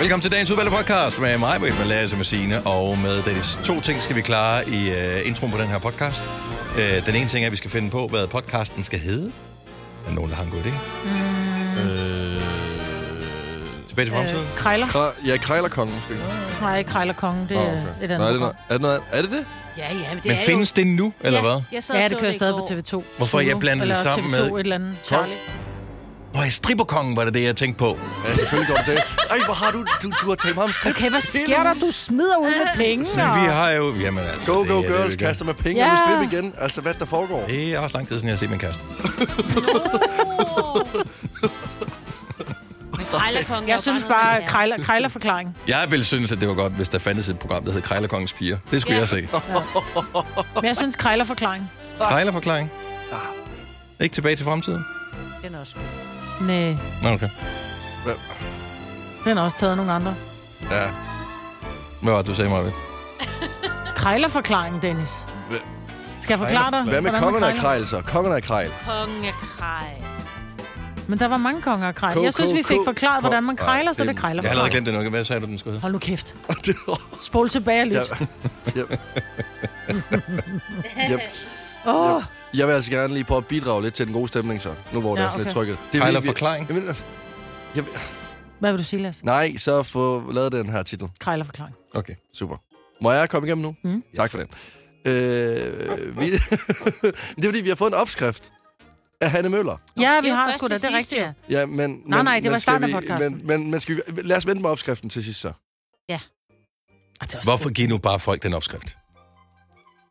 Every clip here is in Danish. Velkommen til dagens udvalgte podcast med mig, med Lasse, med Signe og med Dennis. To ting skal vi klare i uh, introen på den her podcast. Uh, den ene ting er, at vi skal finde på, hvad podcasten skal hedde. Er der nogen, der har en Øh. god idé? Mm. Tilbage til fremtiden. Øh, krejler? Kra- ja, Krejlerkongen måske. Nej, ikke Krejler Kongen. Det er et andet Nå, er, det program. noget, er det noget andet? Er det det? Ja, ja, men det Men er findes det nu, eller jo... hvad? Ja, jeg sad og Ja, så det kører stadig i på går. TV2. Hvorfor er jeg Zulu, blandet eller sammen TV2 med- et eller andet. Charlie. Nå, ja, stripperkongen var det det, jeg tænkte på. Ja, selvfølgelig gør du det. Ej, hvor har du... Du, du har talt meget om strip. Okay, hvad sker der? Du smider ud med penge. Men og- vi har jo... Jamen, altså, Go, det go er det, vi girls, gør. kaster med penge Ja. ja. og strip igen. Altså, hvad der foregår? Det er også lang tid siden, jeg har set min kæreste. Krejlerkongen Jeg synes bare, krejler, krejlerforklaring. Jeg ville synes, at det var godt, hvis der fandtes et program, der hed Krejlerkongens Piger. Det skulle Ja. jeg se. Men jeg synes, krejlerforklaring. Krejlerforklaring. Ah. Ikke tilbage til fremtiden? Den er også Nej, Nå, okay. Hvad- den har også taget nogle andre. Ja. Hvad var det, du sagde, Marvind? Krejlerforklaring, Dennis. Skal jeg forklare dig, Hvad med hvordan man kongerne af krejler? krejl, så? Kongerne af krejl. kongekrej. Men der var mange konger af krejl. K, Jeg synes, K, vi fik K. forklaret, hvordan man K. krejler, så Ej, det det- Jeg har allerede krejler. glemt det nok. Hvad sagde du, den skulle hedde? Hold nu kæft. Det var- Spol tilbage og Ja. lyt. Yep. Yep. Åh, Jeg vil altså gerne lige prøve at bidrage lidt til den gode stemning, så. Nu hvor det Ja, er sådan lidt okay. trykket. Det Krejler vil vi- forklaring. Jamen, jeg vil- hvad vil du sige, Lasse? Nej, så få lavet den her titel. Krejlerforklaring. Okay, super. Må jeg komme igennem nu? Mm. Tak for det. Øh, vi... det er fordi, vi har fået en opskrift af Hanne Møller. Ja, vi det var har først sgu da, til det er sidst, rigtigt. jo. ja. Ja, men, Nej, men, nej, det men var skal starten af vi- podcasten. Men, men, men skal vi, lad os vente med opskriften til sidst så. Ej, det er også- Hvorfor giver nu bare folk den opskrift?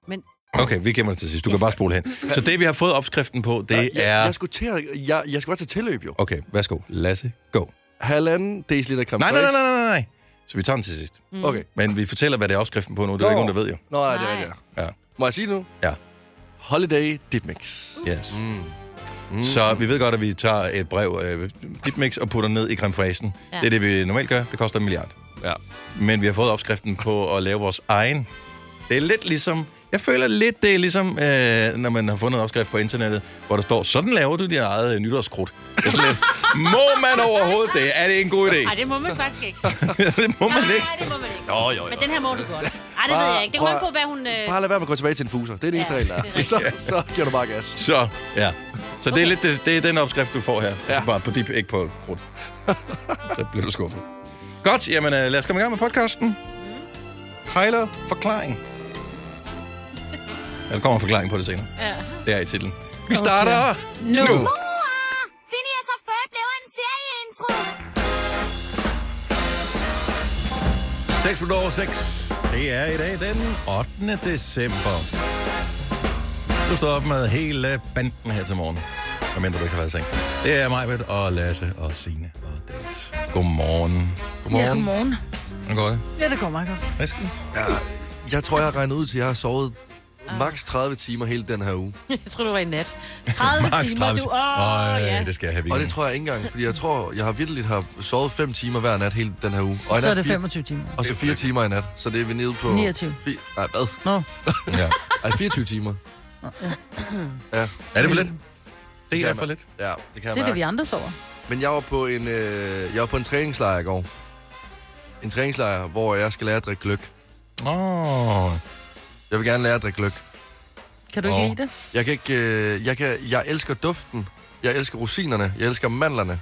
Men- Okay, vi gemmer det til sidst. Du kan bare spole hen. Så det, vi har fået opskriften på, det jeg, jeg, er... skulle til at, jeg, jeg skulle bare til tilløb jo. Okay, værsgo. Lasse, go. Halvanden deciliter creme Nej, nej, nej, fraiche. nej, nej, nej, nej. Så vi tager den til sidst. Mm. Okay. Men vi fortæller, hvad det er opskriften på nu. Det er der Nå. ikke nogen, der ved jo. Nå, nej, det er Nej. rigtigt. Ja. Må jeg sige det nu? Ja. Holiday Dip Mix. Yes. Mm. Så vi ved godt, at vi tager et brev, øh, dit mix, og putter ned i creme fraichen. Ja. Ja. Det er det, vi normalt gør. Det koster en milliard. Ja. Men vi har fået opskriften på at lave vores egen. Det er lidt ligesom... Jeg føler lidt, det er ligesom, øh, når man har fundet en opskrift på internettet, hvor der står, sådan laver du din eget øh, nytårskrudt. Det er sådan lidt, må man overhovedet det? Er det en god idé? Ej, det må man faktisk ikke. det må man Nej, ikke. nej, det må man ikke. Jo, jo, jo. Men den her må du godt. Ej, det ved Bare- jeg ikke. Det kommer an prøv- på, hvad hun... Øh... Bare lad være med at gå tilbage til en fuser. Det er det eneste Ja, regel, der det er er. rigtigt. Så, så giver du bare gas. Så, ja. Så det er lidt det, det er den opskrift, du får her. Ja. Altså Ja. bare på dip, ikke på krudt. Så bliver du skuffet. Godt, jamen øh, lad os komme i gang med podcasten. Krejler forklaring. Ja, der kommer en forklaring på det senere. Ja. Det er i titlen. Vi starter Nu. okay. nu. Find jeg så først laver en serieintro. 6 minutter over 6. Det er i dag den 8. december. Du står op med hele banden her til morgen. Hvad mindre du ikke har været i seng. Det er mig, og Lasse og Signe og Dennis. Godmorgen. Ja, godmorgen. Hvordan går det? Ja, det går meget godt. Væsken? Ja, jeg tror, jeg har regnet ud til, at jeg har sovet Ah. maks 30 timer hele den her uge. Jeg tror, du var i nat. 30 timer, du... Åh, Øj, ja. det skal jeg have Og weekend. det tror jeg ikke engang, fordi jeg tror, jeg har virkelig har sovet 5 timer hver nat hele den her uge. Og i Så nat er det fire- 25 timer. Og så 4 timer i nat, så det er vi nede på... 29. Fi- nej, hvad? Nå, Ja. Ej, 24 timer. Ja, Er det for lidt? Det er Jamen. for lidt. ja det kan jeg det er det, vi mærke. andre sover. Men jeg var på en, øh, jeg var på en træningslejr i går. En træningslejr, hvor jeg skal lære at drikke gløk. Åh, oh, Jeg vil gerne lære at drikke gløk. Kan du ikke Nå. lide det? Jeg kan ikke... Øh, jeg, kan, jeg elsker duften. Jeg elsker rosinerne. Jeg elsker mandlerne.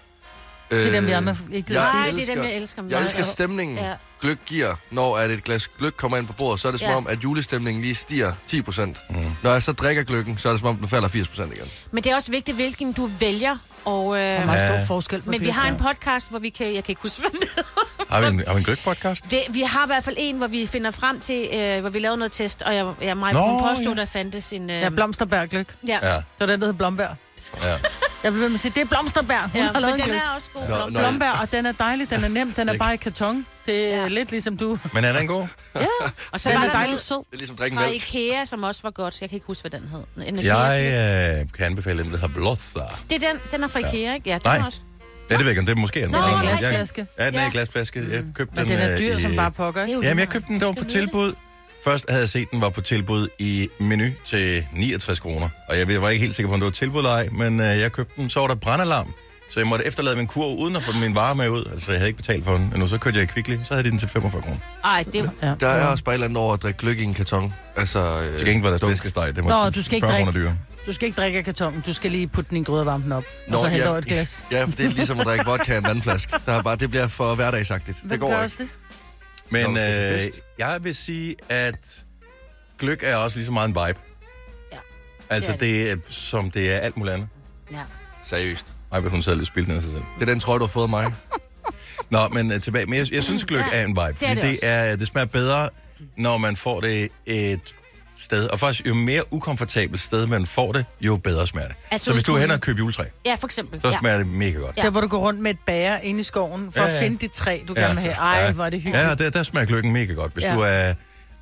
Øh, Det er dem, vi andre ikke gider jeg Nej, spise. det er dem, elsker- jeg elsker. Jeg meget. elsker stemningen, Ja. ja. gløk giver, når at et glas gløk kommer ind på bordet. Så er det som Ja. ja. om, at julestemningen lige stiger 10 procent. Mm. Når jeg så drikker gløkken, så er det som om, den falder 80 procent igen. Men det er også vigtigt, hvilken du vælger. Og, øh, Der er meget stor forskel på men vi gløgg. har en podcast, hvor vi kan... Jeg kan ikke huske, hvad den hedder. har vi en, har vi en gløk-podcast? det, vi har i hvert fald en, hvor vi finder frem til, øh, hvor vi laver noget test, og jeg, jeg mig, Nå, hun påstod, ja. der fandtes en... Øh, Ja, blomsterbærgløk. ja. Ja. Det var den, der hed Blombær. ja. Jeg blev ved med at sige, det er blomsterbær. Hun Ja, har lavet men en den gløk. er også god. Nå, blomst. nå. Blombær, og den er dejlig, den er nem, den er bare i karton. Det er Ja. lidt ligesom du. Men er den god? Ja, Og så den var er der dejligt noget sød. Det er ligesom at drikke fra mælk. Ikea, som også var godt. Jeg kan ikke huske, hvad den hed. En Ikea. Jeg øh, kan anbefale den, der hedder Blossa. Det er den, den er fra Ikea, ikke? Ja, den Nej. er også... Ja, det ved jeg ikke, om det er måske er den. Nå, eller noget. den er i Jeg- glasflaske. Ja, den er i Ja. glasflaske. Jeg købte Men den er øh, dyr, i- som bare Det pokker, er ikke? Jamen, jo lige jeg meget. købte den, der var på Skal vi vide tilbud. Først havde jeg set, den var på tilbud i menu til 69 kroner. Og jeg var ikke helt sikker på, om det var tilbud eller ej, men øh, jeg købte den. Så var der brandalarm, Så jeg måtte efterlade min kurv uden at få min vare med ud. Altså, jeg havde ikke betalt for den endnu. Så kørte jeg i Kvickly, så havde de den til 45 kroner. Ej, det, Ja. Der er også bare et eller andet over at drikke gløgg i en karton. Altså, øh, Til gengæld var der dunk. flæskesteg. Det Nå, var du skal ikke 40 kroner drikke. dyrere. Du skal ikke drikke af kartongen. Du skal lige putte den i en grydevarmen op. Nå, og så hælde over et glas. Ja, for det er ligesom at drikke vodka i en vandflaske. Der er bare, det bliver for hverdagsagtigt. Hvem det går gør ikke. også det? Men Nå, du skal til øh, fest. jeg vil sige, at gløk er også lige så meget en vibe. Ja. Altså, Det er det er, som det er alt muligt andet. ja. Seriøst. Ej, hvor hun sad lidt spildt ned af sig selv. Det er den trøje, du har fået af mig. Nå, men øh, tilbage. Men jeg, jeg synes, gløk Ja, er en vibe. det er fordi det det, er, det smager bedre, når man får det et sted. Og faktisk, jo mere ukomfortabelt sted man får det, jo bedre smager det. Altså, så hvis hvis du du- hen og køber juletræ, ja, for eksempel. så ja. smager det mega godt. Der, hvor du går rundt med et bære inde i skoven, for Ja, ja, ja. at finde det træ, du Ja. ja. gerne vil have. Ej, Ja. hvor er det hyggeligt. Ja, Ja. der, der smager gløggen mega godt. Hvis ja. Ja. du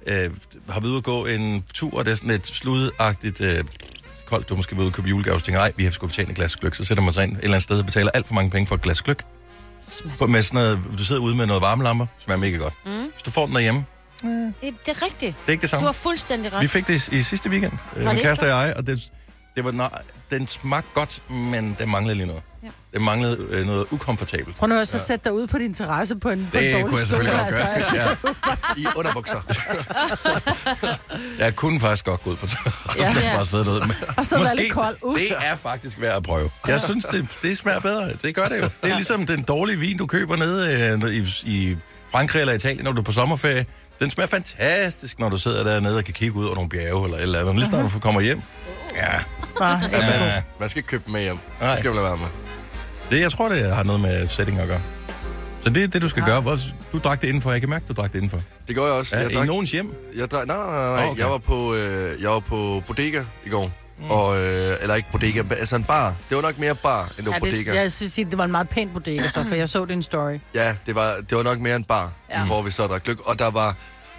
er, øh, har været ude at gå en tur, og det er sådan lidt sludagtigt øh, koldt, du måske vil ud og købe julegave, så tænker jeg, "Ej, vi har sgu fortjent et glas gløk, så sætter man sig ind et eller andet sted og betaler alt for mange penge for et glas gløk. Smager På, med sådan noget, du sidder ude med noget varmelamper, smager mega godt. Mm. Hvis du får den derhjemme, det Det, det er rigtigt. er ikke det Du samme. har fuldstændig ret. Vi fik det i, i sidste weekend, øh, min ikke kæreste og jeg, og det, det var, nej, den smagte godt, men den manglede lige noget. Ja. Det manglede øh, noget ukomfortabelt. Prøv nu at så ja. sætte dig ud på din terrasse på en, på en Det dårlig kunne jeg selvfølgelig stol, godt gøre. altså. Ja. I underbukser. Jeg kunne faktisk godt gå ud på terrassen ja, ja. Ja. og bare sidde derude. Men Og så være lidt kold. Uh. Det er faktisk værd at prøve. Jeg synes, det, det smager bedre. Det gør det jo. Det er ligesom den dårlige vin, du køber nede øh, i, i Frankrig eller Italien, når du er på sommerferie. Den smager fantastisk, når du sidder dernede og kan kigge ud over nogle bjerge eller et eller andet. Lige Mhm. snart du kommer hjem. Ja, Bare, altså, ja. Man skal ikke købe dem med hjem. Nej. Det skal vel være med. Det, jeg tror, det har noget med setting at gøre. Så det er det, du skal gøre. Hvor- Du drak det indenfor. Jeg kan mærke, du drak det indenfor. Det gør jeg også. Ja, jeg I nogens hjem. Jeg drej, nej, nej, nej, nej. Åh, okay. Okay. Jeg, var på, øh, jeg var på bodega i går. Mm. Og, øh, eller ikke bodega, ba- altså en bar. Det var nok mere bar, end det var ja, ja, det, bodega. jeg synes, det var en meget pæn bodega, så, for jeg så din story. Ja, det var, det var nok mere en bar, ja. hvor vi så drak gløk. Og der var...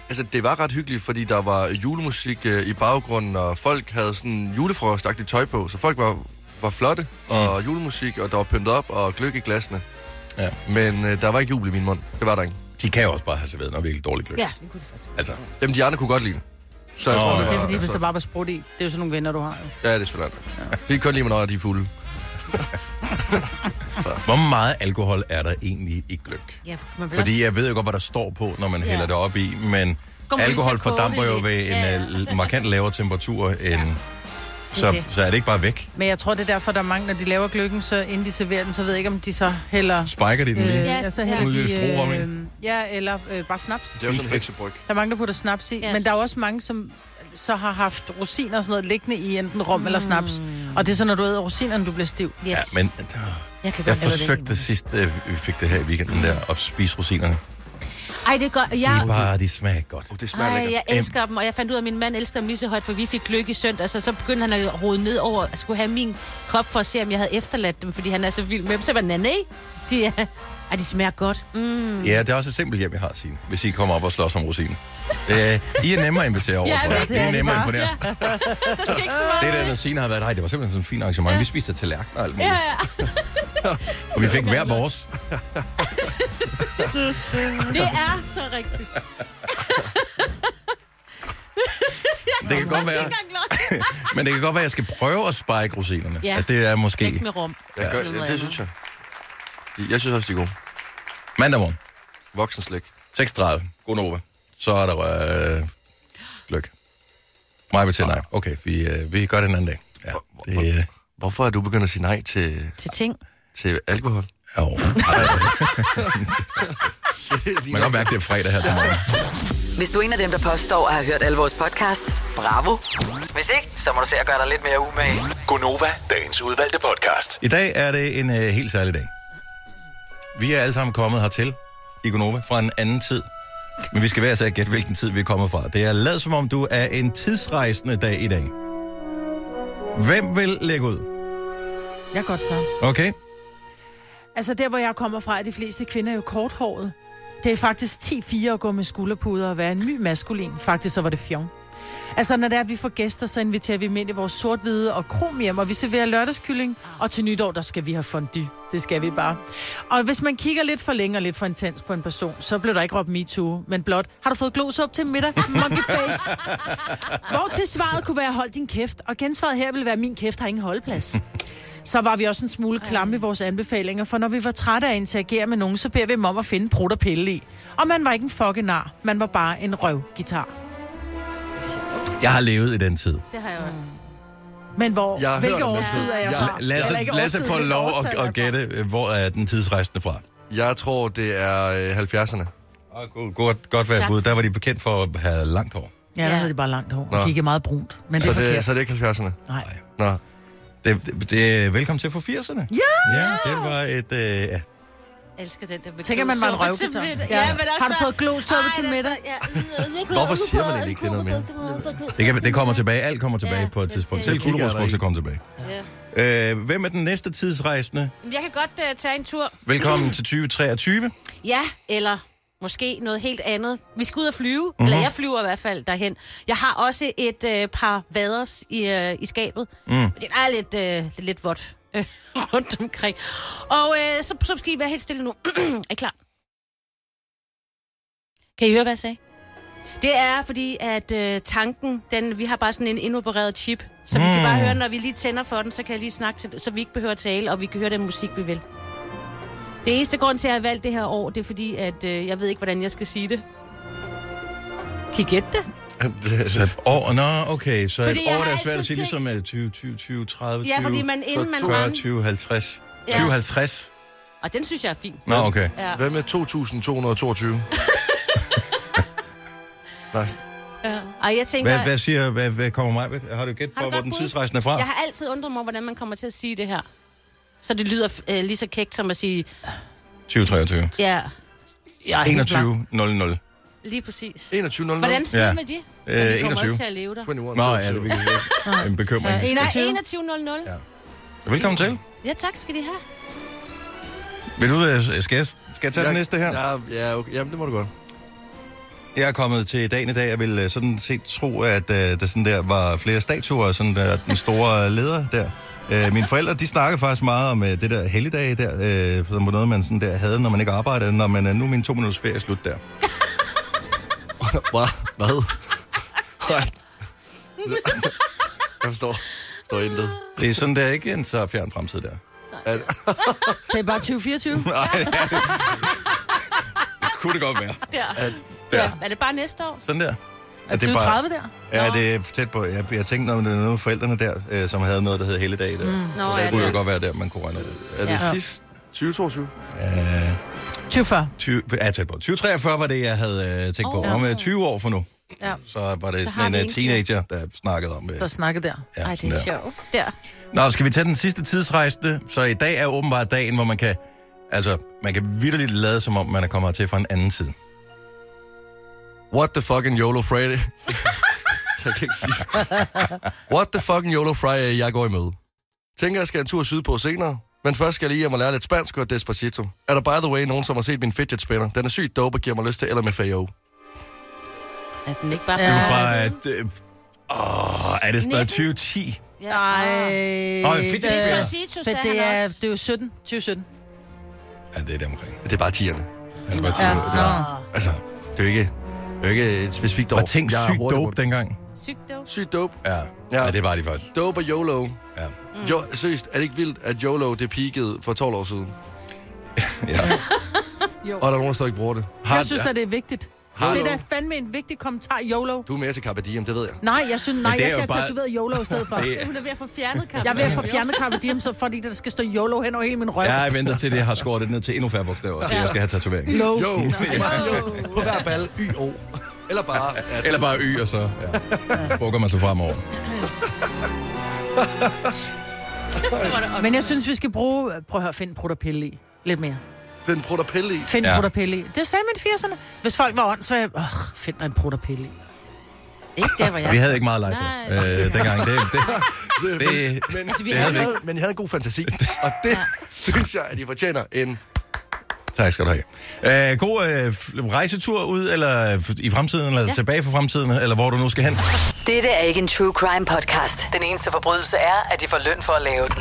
Altså, det var ret hyggeligt, fordi der var julemusik øh, i baggrunden, og folk havde sådan julefrokostagtigt tøj på, så folk var, var flotte, og julemusik, og der var pyntet op, og gløk i glasene. Mm. Ja. Men øh, der var ikke jul i min mund. Det var der ikke. De kan jo også bare have serveret noget virkelig dårligt gløb. Ja, det kunne det faktisk. Altså, Jamen, de andre kunne godt lide det. Så jeg Nå, oh, tror, det ja. var... Det er fordi, hvis altså, der bare var sprudt i, det er jo sådan nogle venner, du har. Jo. Ja, det er selvfølgelig ja. Det kan godt lide mig, når de er fulde. hvor meget alkohol er der egentlig i gløk? Ja, man vil Fordi jeg ved jo godt, hvad der står på, når man ja. hælder det op i, men Kom, alkohol lige så koge fordamper det jo lidt. ved en Ja, ja. ja. markant lavere temperatur end... Ja. Så, det. så er det ikke bare væk. Men jeg tror, det er derfor, der er mange, når de laver gløggen, så inden de serverer den, så ved jeg ikke, om de så hælder... Spiker de den lige? Øh, Ja. ja, så Ja. hælder Ud i de, strorum, ikke? øh, ja, eller øh, bare snaps. Det er jo sådan en heksebryg. Der er mange, der putter snaps i, yes. men der er også mange, som så har haft rosiner og sådan noget liggende i enten rom mm. eller snaps. Og det er så, når du æder rosinerne, du bliver stiv. Yes. ja men øh, jeg, kan jeg godt lide det. forsøgte sidst, øh, vi fik det her i weekenden der, at spise rosinerne. Ej, det er godt. Jeg, De, er bare, de smager ikke godt. Oh, det smager Ej, lækkert. jeg elsker dem, og jeg fandt ud af, at min mand elsker dem lige så højt, for vi fik lykke i søndag, så så begyndte han at rode ned over, at skulle have min kop for at se, om jeg havde efterladt dem, fordi han er så vild med dem. Så var nej, nej, de er... Ej, de smager godt. Mm. Ja, det er også et simpelt hjem, jeg har, Signe, hvis I kommer op og slås om rosinen. Øh, I er nemmere at invitere over, Ja, tror jeg. det I er I nemmere at bare. imponere. Der skal ikke så meget Det der, når Signe har været, nej, det var simpelthen sådan en fin arrangement. Ja. Vi spiste af tallerkener og alt muligt. Ja, ja. og vi fik hver vores. til. Det er så rigtigt. Det kan godt være, men det kan godt være, at jeg skal prøve at spike rosinerne. Ja. Ja. At det er Læg måske med rum. Jeg gør, ja, det synes jeg. De- Jeg synes også, de er gode. mandag morgen, Voksen slik. 6.30, Gonova. Så er der øh, gløk. Mig vil til nej. Okay, vi, øh, vi gør det en anden dag. Ja, det, øh, Hvorfor er du begyndt at sige nej til, Til ting. til alkohol? jo. altså. Man kan godt mærke, det er fredag her til morgen. Hvis du er en af dem, der påstår at have hørt alle vores podcasts, bravo. Hvis ikke, så må du se at gøre dig lidt mere umage. Gonova, dagens udvalgte podcast. I dag er det en øh, helt særlig dag. Vi er alle sammen kommet hertil i Gonova fra en anden tid. Men vi skal være så gætte, hvilken tid vi er kommet fra. Det er lavet som om, du er en tidsrejsende dag i dag. Hvem vil lægge ud? Jeg kan godt starte. Okay? Altså der, hvor jeg kommer fra, er de fleste kvinder jo korthåret. Det er faktisk 10-4 at gå med skulderpuder og være en ny maskulin. Faktisk så var det fjong. Altså, når det er, at vi får gæster, så inviterer vi dem ind i vores sort-hvide og krom hjem, og vi serverer lørdagskylling, og til nytår, der skal vi have fondue. Det skal vi bare. Og hvis man kigger lidt for længe og lidt for intens på en person, så blev der ikke råbt MeToo, men blot, har du fået glås op til middag? Monkey face. Hvor til svaret kunne være, hold din kæft, og gensvaret her vil være, min kæft har ingen holdplads. så var vi også en smule klamme i vores anbefalinger, for når vi var trætte af at interagere med nogen, så beder vi dem om at finde prut og pille i. Og man var ikke en fucking nar, man var bare en røvgitar. Jeg har levet i den tid. Det har jeg også. Men hvor, Jeg har hørt hvilke om det. årstid er jeg Jeg- fra? Lasse, Eller ikke Lasse årstid, får hvilket lov årstal at, er jeg at fra? gætte, øh, hvor er den tidsrejsende fra. Jeg tror, det er øh, 70'erne. Ah, god, godt, godt været Tak. bud. Der var de bekendt for at have langt hår. Ja, der Ja. havde de bare langt hår. Nå. Og kiggede meget brunt. Men det er Så forkert. det, så er det ikke 70'erne. Nej. Nå. Det, det, det, velkommen til for 80'erne. Ja! ja! det var et... Øh, ja. Jeg elsker den der med Tænker, man var en glosuppe til røvbeton. middag. Ja. Ja. men også Har du bare- fået glosuppe Ej, til det er middag? så- ja. Mm, Hvorfor siger man egentlig ikke det noget mere? det, kan, det kommer tilbage. Alt kommer tilbage ja, Ja, på et det tidspunkt. ser Selv jeg. gulerodsbukser kommer tilbage. Ja. Øh, hvem er den næste tidsrejsende? Jeg kan godt uh, tage en tur. Velkommen til 2023. Ja, eller måske noget helt andet. Vi skal ud og flyve, Mhm. mm-hmm. eller jeg flyver i hvert fald derhen. Jeg har også et øh, par vaders i, øh, i skabet. Mm. Det er lidt, øh, det er lidt vådt øh, rundt omkring. Og øh, så, så skal I være helt stille nu. er I klar? Kan I høre, hvad jeg sagde? Det er fordi, at øh, tanken, den, vi har bare sådan en indopereret chip, så vi Mm. kan bare høre, når vi lige tænder for den, så kan jeg lige snakke til så vi ikke behøver at tale, og vi kan høre den musik, vi vil. Det eneste grund til, at jeg har valgt det her år, det er fordi, at øh, jeg ved ikke, hvordan jeg skal sige det. Kan I gætte det? Så et år, nå, okay, så Fordi et jeg år, har der er svært altid at sige, tænkt- ligesom øh, 20, 20, 20, 30, 20, Ja, fordi man, inden man 40, ramte... 20, 50. Ja. 20, 50? Og den synes jeg er fin. Nå, okay. Ja. Hvad med 2222? Nej, Og jeg tænker... Hvad, hvad siger, hvad, hvad kommer mig ved? Har du gæt Har på, du hvor godt den bud? tidsrejsen er fra? Jeg har altid undret mig, hvordan man kommer til at sige det her. Så det lyder øh, lige så kægt som at sige, 2023. ja, Jeg er helt blank. 21, 00. Øh, lige præcis. 2100. Hvordan siger Ja. man det? Øh, vi kommer jo 21. ikke til at leve der. 21, Nå, ja, det er virkelig en bekymring. Ja, en af- Nej, 21.00. Ja. Ja. Velkommen til. ja, tak skal de have. Vil du, øh, skal jeg, skal jeg tage den næste her? Ja, ja okay. Jamen, det må du godt. Jeg er kommet til dagen i dag, jeg vil øh, sådan set tro, at øh, der sådan der var flere statuer, sådan der, den store øh, leder der. Øh, mine forældre, de snakkede faktisk meget om øh, det der helligdag der, øh, som var noget, man sådan der havde, når man ikke arbejdede, når man øh, nu er min to minutters ferie slut der. Hva? Hvad? Nej. Jeg forstår. Står intet. Det er sådan der ikke en så fjern fremtid der. Er, Det er bare 2024. Nej, det er det. Det kunne det godt være. Der. Der. Ja. Er det bare næste år? Sådan der. Er Er det 2030 der? Ja, det er tæt på. Jeg, jeg tænkte noget om det er noget med forældrene der, øh, som havde noget, der hed helligdag der. Mm. Nå, Det ja, kunne jo det. godt være der, man kunne regne ud. er det Ja. sidst? 2022? 2040. 20, ja, tæt på. 2043 var det, jeg havde øh, tænkt oh, på. Om øh, 20 år for nu, Ja. så var det så har sådan en vi øh, en teenager, der snakkede om... Øh, Der snakkede der. ja, Ej, det sådan er der. sjovt. Der. Nå, skal vi tage den sidste tidsrejsende? Så i dag er åbenbart dagen, hvor man kan... Altså, man kan vidderligt lade, som om man er kommet til fra en anden side. What the fucking YOLO Friday? jeg kan ikke sige det. What the fucking YOLO Friday, jeg går i møde. Tænker, jeg skal en tur sydpå senere. Men først skal jeg lige hjem og lære lidt spansk og despacito. Er der by the way nogen, som har set min fidget spinner? Den er sygt dope og giver mig lyst til LMFAO. Er den ikke bare Ja. fra Fra, at, øh, åh, er det sådan noget 2010? Ja. Ej. Nå, en fidgetspinner. Despacito, Men sagde det han er, også. det er jo 17. 2017. Ja, det er det omkring. Det er bare tierne. Altså, bare Ja. Ah. tierne. Det er, altså, det er jo ikke, det er jo ikke et specifikt år. Og tænk Jeg er sygt hurtig på dope den. dengang. Sygt dog. Sygt dope. Ja. ja. Ja. ja, det var de faktisk. Dope og YOLO. Ja. Mm. Jo, seriøst, er det ikke vildt, at YOLO det peakede for 12 år siden? ja. Jo. Og der er nogen, der stadig bruger det. Har, Jeg synes, at det er vigtigt. Har Det du- er da fandme en vigtig kommentar, YOLO. Du er mere til Carpe Diem, det ved jeg. Nej, jeg synes, nej, det jeg er jo skal bare- have tatoveret YOLO i stedet for. Det- Hun er ved at få fjernet kampen. Jeg er ved at få fjernet Carpe Diem, så fordi der skal stå YOLO hen over hele min røv. ja, jeg venter til det, jeg har skåret det ned til endnu færre bogstaver, så jeg skal have tatovering. Low. Jo, det skal bare jo. På hver ball, Y-O. Eller bare... At... Eller bare y, og så ja. bukker man sig fremover. Men jeg synes, vi skal bruge... Prøv at høre, find prut og pille i. Lidt mere. Find prut og pille i. Find Ja. ja. prut og pille i. Det sagde man i 80'erne. Hvis folk var åndssvage, åh, find dig en prut og pille i. Ikke der, hvor jeg Vi havde ikke meget legetøj Nej. øh, dengang. Det, det, Det, det, men, Altså, vi det havde havde, men jeg havde en god fantasi. Og det synes jeg, at I fortjener en Tak skal du have. Øh, god øh, f- rejsetur ud eller f- i fremtiden, eller ja. tilbage fra fremtiden, eller hvor du nu skal hen. Dette er ikke en true crime podcast. Den eneste forbrydelse er, at de får løn for at lave den.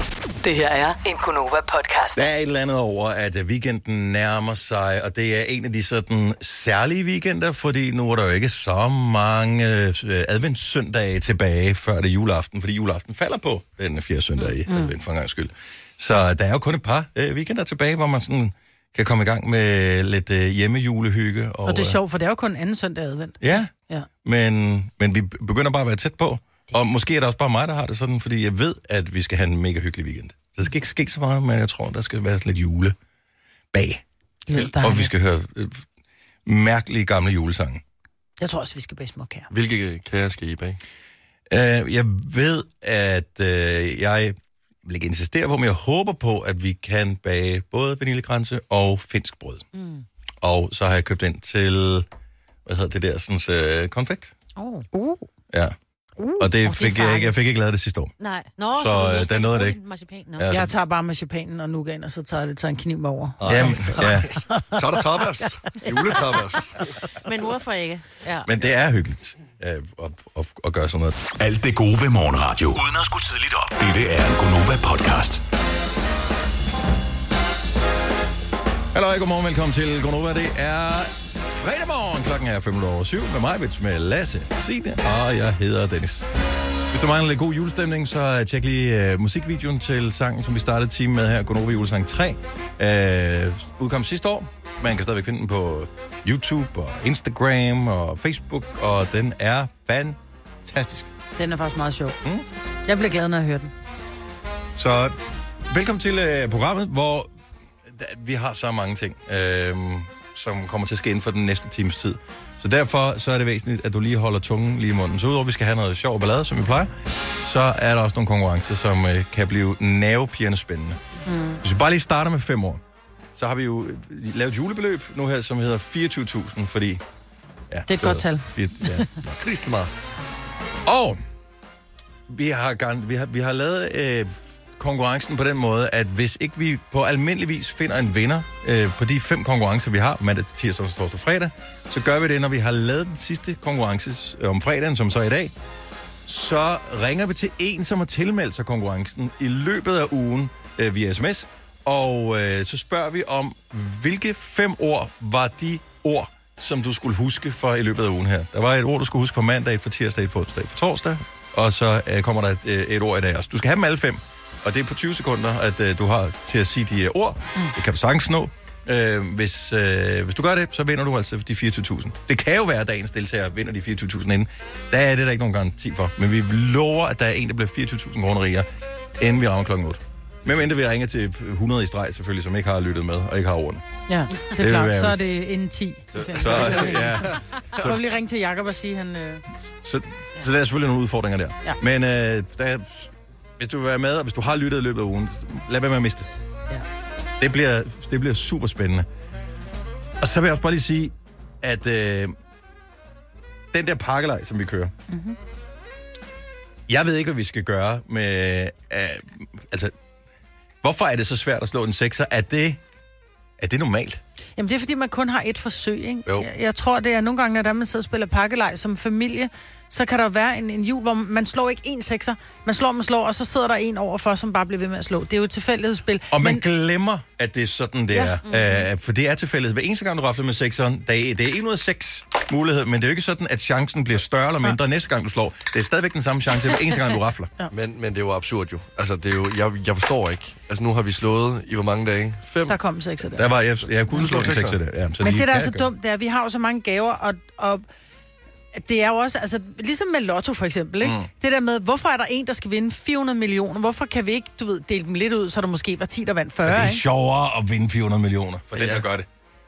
Det her er en Gunova-podcast. Der er et eller andet over, at øh, weekenden nærmer sig, og det er en af de sådan særlige weekender, fordi nu er der jo ikke så mange øh, adventssøndage tilbage, før det er juleaften, fordi juleaften falder på den fjerde søndag Mm. i advent for en gangs skyld. Så der er jo kun et par øh, weekender tilbage, hvor man sådan kan komme i gang med lidt øh, hjemmejulehygge. Og det er sjovt, for det er jo kun anden søndag i advent. Øh, ja, Ja. men, men vi begynder bare at være tæt på. Og måske er det også bare mig, der har det sådan, fordi jeg ved, at vi skal have en mega hyggelig weekend. Så der skal ikke ske så meget, men jeg tror, der skal være sådan lidt jule bag. Lidt Og vi dejligt. skal høre øh, mærkelige gamle julesange. Jeg tror også, vi skal bage småkager. Hvilke kager skal I bag? Øh, jeg ved, at øh, jeg vil ikke insistere på, men jeg håber på, at vi kan bage både vaniljekranse og finsk brød. Mm. Og så har jeg købt ind til, hvad hedder det der, sådan øh, konfekt. Oh. Ja. Uh, og det er fik jeg, ikke, jeg fik ikke lavet det sidste år. Nej. Nå, Så, øh, der nåede det ikke. Marcipan. Nå. Ja, altså- Ja. Jeg tager bare med champagne og nougat, og så tager det tager en kniv med over. Jamen, ja. Så er der tapas. Juletapas. Men hvorfor ikke? Ja. Men det er hyggeligt øh, at, at, at gøre sådan noget. Alt det gode ved morgenradio. Uden at skulle tidligt op. Dette er en Gonova-podcast. Hallo, godmorgen, velkommen til Gronova. Det er fredag morgen, klokken er 5 over 7 med mig, Vits, med Lasse, Signe, og jeg hedder Dennis. Hvis du mangler lidt god julestemning, så tjek lige øh, musikvideoen til sangen, som vi startede timen med her, Gonova Julesang 3. Øh, udkom sidste år. Man kan stadigvæk finde den på YouTube og Instagram og Facebook, og den er fantastisk. Den er faktisk meget sjov. Mm. Jeg bliver glad, når jeg hører den. Så velkommen til øh, programmet, hvor d- vi har så mange ting, øh, som kommer til at ske inden for den næste times tid. Så derfor så er det væsentligt, at du lige holder tungen lige i munden. Så udover at vi skal have noget sjov ballade, som vi plejer, så er der også nogle konkurrencer, som øh, kan blive nervepirrende spændende. Mm. Hvis vi bare lige starter med fem år, så har vi jo øh, lavet et julebeløb nu her, som hedder 24.000, fordi... Ja, det er et godt tal. Ja, Christmas. og vi har, gar- vi har, vi har lavet øh, konkurrencen på den måde, at hvis ikke vi på almindelig vis finder en vinder øh, på de fem konkurrencer, vi har, mandag, tirsdag, onsdag, torsdag og fredag, så gør vi det, når vi har lavet den sidste konkurrence s- om fredagen, som så er i dag. Så ringer vi til en, som har tilmeldt sig konkurrencen i løbet af ugen øh, via sms, og øh, så spørger vi om, hvilke fem ord var de ord, som du skulle huske for i løbet af ugen her. Der var et ord, du skulle huske på mandag, et for tirsdag, et for onsdag, et for torsdag, og så øh, kommer der et, øh, et ord i dag også. Du skal have dem alle fem, og det er på 20 sekunder, at øh, du har til at sige de øh, ord. Det kan du sagtens nå. Øh, hvis, øh, hvis du gør det, så vinder du altså de 24.000. Det kan jo være, at dagens deltager vinder de 24.000 inden. Der er det der ikke nogen garanti for. Men vi lover, at der er en, der bliver 24.000 kroner rigere, inden vi rammer klokken 8. Men mindre vi ringer til 100 i streg, selvfølgelig, som ikke har lyttet med og ikke har ordene. Ja, det er vil det klart. være- Så er det en 10. Så, ja. Så vil lige ringe til Jakob og sige, han... Øh... Så, så der er selvfølgelig nogle udfordringer der. Ja. Men øh, der, hvis du vil være med, og hvis du har lyttet i løbet af ugen, lad være med at miste. Ja. Det bliver, det bliver super spændende. Og så vil jeg også bare lige sige, at øh, den der pakkelej, som vi kører, mm-hmm. jeg ved ikke, hvad vi skal gøre med... Øh, altså, hvorfor er det så svært at slå en sekser? Er det, er det normalt? Jamen, det er, fordi man kun har et forsøg, ikke? Jo. Jeg, jeg tror, det er nogle gange, når der er, man sidder og spiller pakkelej som familie, så kan der være en, en jul, hvor man slår ikke en sekser. Man slår, man slår, og så sidder der en overfor, som bare bliver ved med at slå. Det er jo et tilfældighedsspil. Og man Men... glemmer, at det er sådan, det Ja. ja. er. Mm-hmm. for det er tilfældet. Hver eneste gang, du rafler med sekseren, det er, det er 1 ud af 6 mulighed, men det er jo ikke sådan, at chancen bliver større eller mindre næste gang, du slår. Det er stadigvæk den samme chance, hver eneste gang, du rafler. Men, men det er jo absurd jo. Altså, det er jo, jeg, jeg forstår ikke. Altså, nu har vi slået i hvor mange dage? Fem? Der kom en sekser der. Der var, jeg, jeg kunne slå en slår sekser der. Ja, så Men de det, der er kan så gøre. dumt, det er, at vi har jo så mange gaver, og, og det er jo også, altså, ligesom med lotto for eksempel, ikke? Mm. det der med, hvorfor er der en, der skal vinde 400 millioner? Hvorfor kan vi ikke, du ved, dele dem lidt ud, så der måske var 10, der vandt 40, Og det er ikke? sjovere at vinde 400 millioner, for den, Ja. der gør det.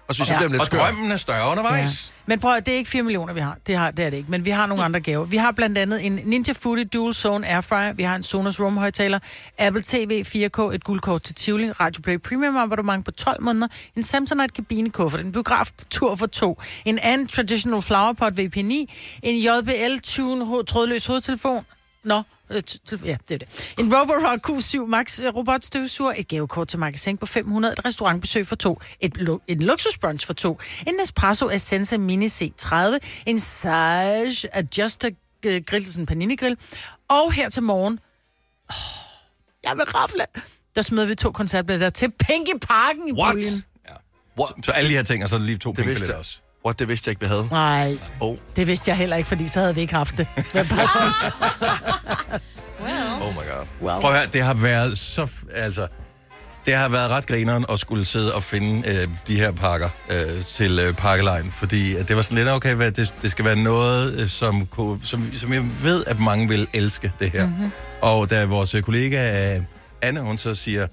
Og synes, jeg bliver den lidt Og skør. drømmen er større undervejs. Men prøv at- det er ikke 4 millioner, vi har. Det, har. det er det ikke. Men vi har nogle andre gaver. Vi har blandt andet en Ninja Foodie Dual Zone Airfryer. Vi har en Sonos Room højtaler. Apple TV 4K, et guldkort til Tivoli. Radio Play Premium abonnement på 12 måneder. En Samsonite kabinekuffert. En biograftur for to. En anden Traditional Flowerpot VP9. En JBL Tune ho- trådløs hovedtelefon. Nå, øh, t- t- ja, det er det. En Roborock Q7 Max øh, robotstøvsuger, et gavekort til magasin på 500, et restaurantbesøg for to, et, lu- en luksusbrunch for to, en Nespresso Essenza Mini C30, en Sage Adjuster øh, Grillsen Panini Grill, og her til morgen, oh, jeg vil rafle, der smider vi to koncertbilletter til Pinky Parken i What? Bølgen. Ja. Så, så alle de her ting, og så lige to Det vidste penge jeg også. What, det vidste jeg ikke, vi havde. Nej, Oh, det vidste jeg heller ikke, fordi så havde vi ikke haft det. Vil jeg bare sige. oh my god. Wow. Prøv at høre, det har været så... f- Altså, det har været ret grineren at skulle sidde og finde øh, de her pakker øh, til øh, pakkelejen, fordi at det var sådan lidt, okay, hvad, det, det skal være noget, øh, som, kunne, som, som jeg ved, at mange vil elske det her. Mm-hmm. Og da vores øh, kollega øh, Anne, hun så siger,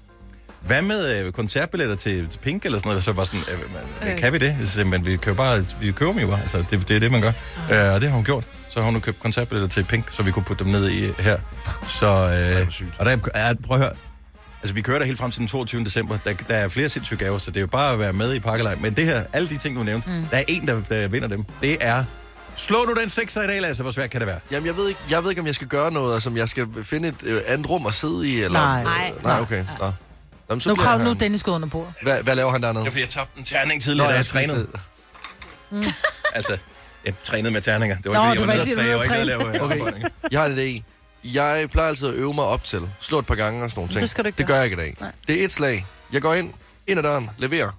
hvad med øh, koncertbilletter til, til Pink eller sådan noget, så var sådan, øh, man, øh. kan vi det? Så siger, jeg, men vi køber, bare, vi køber dem jo bare, altså det, det er det, man gør. Øh, og det har hun gjort. Så har hun nu købt koncertbilletter til Pink, så vi kunne putte dem ned i øh, her. Så, øh, og der er, prøv at høre, Altså, vi kører der helt frem til den 22. december. Der, der er flere sindssyge gaver, så det er jo bare at være med i pakkelej. Men det her, alle de ting, du nævnte, mm. der er en, der, der vinder dem. Det er... Slå nu den sekser i dag, Lasse. Hvor svært kan det være? Jamen, jeg ved, ikke, jeg ved ikke, om jeg skal gøre noget, altså om jeg skal finde et øh, andet rum at sidde i, eller... Øh, Nej. Nej. Nej, okay. Nå. Jamen, så Nu bliver krav nu han- Dennis går under bordet. Hvad, hvad laver han dernede? fordi jeg tabte en terning tidligere, da jeg skulle trænede. til- Altså, jeg trænede med terninger. Det var Nå, ikke, du fordi jeg var var nede ikke at træne. Jeg var Okay. ikke nede at lave øh, nede at opvarmninger. Jeg har en idé. Jeg plejer altid at øve mig op til. Slå et par gange og sådan nogle ting. Det skal du ikke det gør gøre. jeg ikke i dag. Nej. Det er et slag. Jeg går ind, ind ad døren, leverer,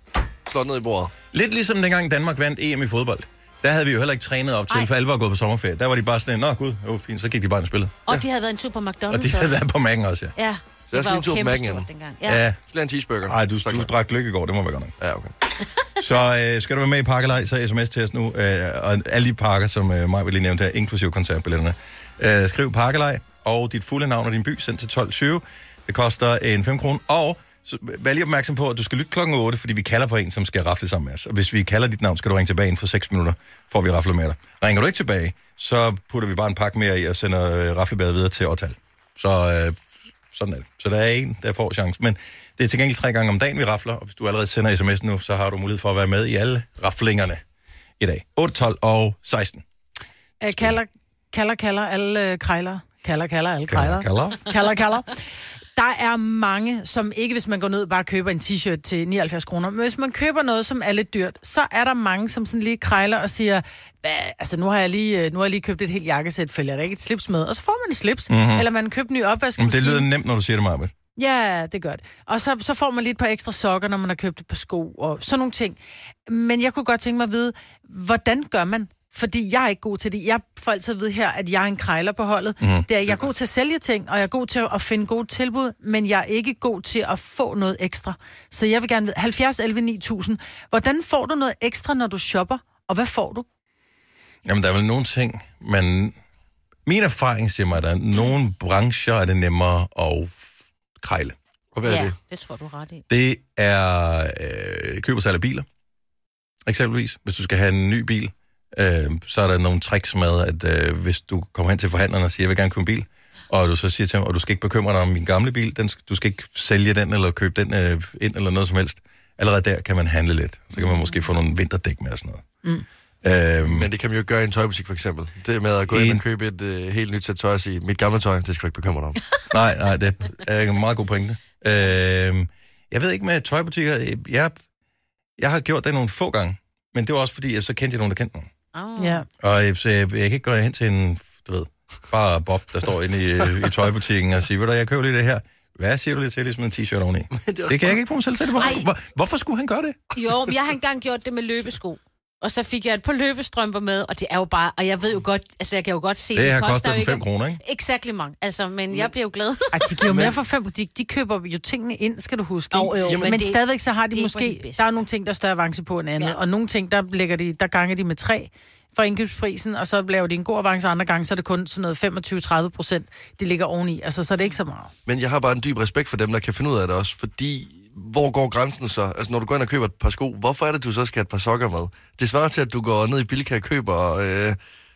slår ned i bordet. Lidt ligesom dengang Danmark vandt EM i fodbold. Der havde vi jo heller ikke trænet op til, for alle var gået på sommerferie. Der var de bare sådan, nå gud, jo fint, så gik de bare ind og spillede. Og de havde været en tur på McDonald's Og de havde også. været på mærken også, ja. Ja, Så jeg skal lige en tur på Mac'en stort igen. dengang. Ja, Ja. Slå en cheeseburger. ej, du, Så du klar. drak lykke i går, det må være godt nok. Ja, okay. Så øh, skal du være med i pakkelej, så sms til os nu. Øh, og alle de pakker, som øh, mig vil lige nævne her, inklusive koncertbilletterne. Øh, skriv pakkelej og dit fulde navn og din by, sendt til 12.20. Det koster en 5 kroner. Og så, vær lige opmærksom på, at du skal lytte klokken 8, fordi vi kalder på en, som skal rafle sammen med os. Og hvis vi kalder dit navn, skal du ringe tilbage inden for 6 minutter, for vi rafler med dig. Ringer du ikke tilbage, så putter vi bare en pakke mere i og sender øh, raflebadet videre til årtal. Så øh, sådan er det. Så der er en, der får chancen. Men det er til gengæld tre gange om dagen, vi rafler. Og hvis du allerede sender sms nu, så har du mulighed for at være med i alle raflingerne i dag. 8, 12 og 16. Øh, kalder, kalder, kalder alle øh, krejler. Kalder, kalder alle krejler. Kalder, Kalder, kalder. Der er mange, som ikke, hvis man går ned, bare køber en t-shirt til 79 kroner. Men hvis man køber noget, som er lidt dyrt, så er der mange, som sådan lige krejler og siger, "Hva? altså nu har, jeg lige, øh, nu har jeg lige købt et helt jakkesæt, følger der ikke et slips med? Og så får man et slips, mm-hmm. eller man køber en ny Mhm. Jamen, det opvaskemaskine. lyder nemt, når du siger det, Marvind. Ja, det gør det. Og så, så får man lige et par ekstra sokker, når man har købt et par sko og sådan nogle ting. Men jeg kunne godt tænke mig at vide, hvordan gør man? Fordi jeg er ikke god til det. Jeg får altid at vide her, at jeg er en krejler på holdet. Mm. Det er, jeg er god til at sælge ting, og jeg er god til at finde gode tilbud, men jeg er ikke god til at få noget ekstra. Så jeg vil gerne vide, 70 11 9000, hvordan får du noget ekstra, når du shopper? Og hvad får du? Jamen, der er vel nogle ting, men... Min erfaring siger mig, at der er nogle brancher, er det nemmere at f- krejle. Og hvad er ja, det? det tror du er ret i. Det er øh, køb og salg af biler. Eksempelvis, hvis du skal have en ny bil, øh, så er der nogle tricks med, at øh, hvis du kommer hen til forhandleren og siger, jeg vil gerne købe en bil, og du så siger til ham, og du skal ikke bekymre dig om min gamle bil, den, skal- du skal ikke sælge den eller købe den øh, ind eller noget som helst. Allerede der kan man handle lidt. Så kan man måske få nogle vinterdæk med og sådan noget. Mm. Øhm, Men det kan man jo gøre i en tøjbutik, for eksempel. Det med at gå ind En- og købe et øh, helt nyt sæt tøj og sige, mit gamle tøj, det skal du ikke bekymre dig om. nej, nej, det er en meget god pointe. Øhm, jeg ved ikke med tøjbutikker, øh, jeg, jeg har gjort det nogle få gange, men det var også fordi, jeg så kendte jeg nogen, der kendte nogen. Oh. Ja. Og øh, så jeg, jeg kan ikke gå hen til en, du ved, bare Bob, der står inde i, øh, i tøjbutikken og siger, ved du, jeg køber lige det her. Hvad siger du lige til, ligesom en t-shirt oveni? det, det kan jeg ikke få mig selv til. Hvorfor, Ej. skulle- hvor, hvorfor skulle han gøre det? Jo, men jeg har engang gjort det med løbesko. Og så fik jeg et par løbestrømper med, og det er jo bare... Og jeg ved jo godt, altså jeg kan jo godt se... Det har koster kostet jo dem ikke- 5 kroner, ikke? Exactly mange. Altså, men jeg bliver jo glad. Ej, de giver jo mere for fem. De, de køber jo tingene ind, skal du huske. Jo, ikke? jo, men, men men det- stadigvæk så har de det er ikke måske... bedst. Der er nogle ting, der er større avance på end andet. Ja. Ja. Og nogle ting, der, lægger de, der ganger de med tre for indkøbsprisen, og så laver de en god avance, og andre gange, så er det kun sådan noget 25-30 procent, de ligger oveni. Altså, så er det ikke så meget. Men jeg har bare en dyb respekt for dem, der kan finde ud af det også, fordi hvor går grænsen så? Altså, når du går ind og køber et par sko, hvorfor er det, du så skal have et par sokker med? Det svarer til, at du går ned i Bilka og køber øh,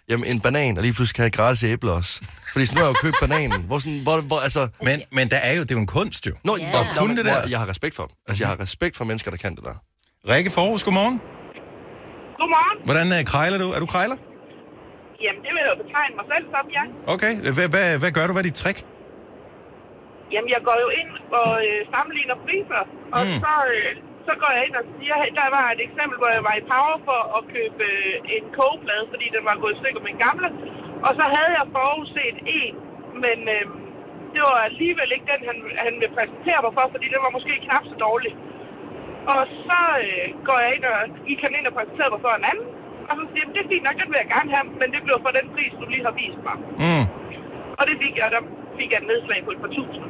jamen, en banan, og lige pludselig kan have gratis æbler også. Fordi sådan har jeg jo købt bananen. Hvor sådan, hvor, hvor, altså... Men, men der er jo, det er jo en kunst jo. Nå, Ja. yeah. Kunne det der? Jeg har respekt for dem. Altså, jeg har respekt for mennesker, der kan det der. Rikke Forhus, godmorgen. Godmorgen. Hvordan øh, krejler du? Er du krejler? Jamen, det vil jeg jo betegne mig selv som, ja. Okay, hvad, hvad, hvad gør du? Hvad er dit trick? Jamen, jeg går jo ind og øh, sammenligner priser, og Mm. mm. så, øh, så går jeg ind og siger, hey, der var et eksempel, hvor jeg var i Power for at købe øh, en kogeplade, fordi den var gået i stykker med en gamle, og så havde jeg forudset en, men øh, det var alligevel ikke den, han, han ville præsentere mig for, fordi den var måske knap så dårlig. Og så øh, går jeg ind og, I kan ind og præsentere mig for en anden, og så siger jeg, det er fint nok, den vil jeg gerne have, men det bliver for den pris, du lige har vist mig. Mm. Og det fik jeg, og der fik jeg et nedslag på et par tusind.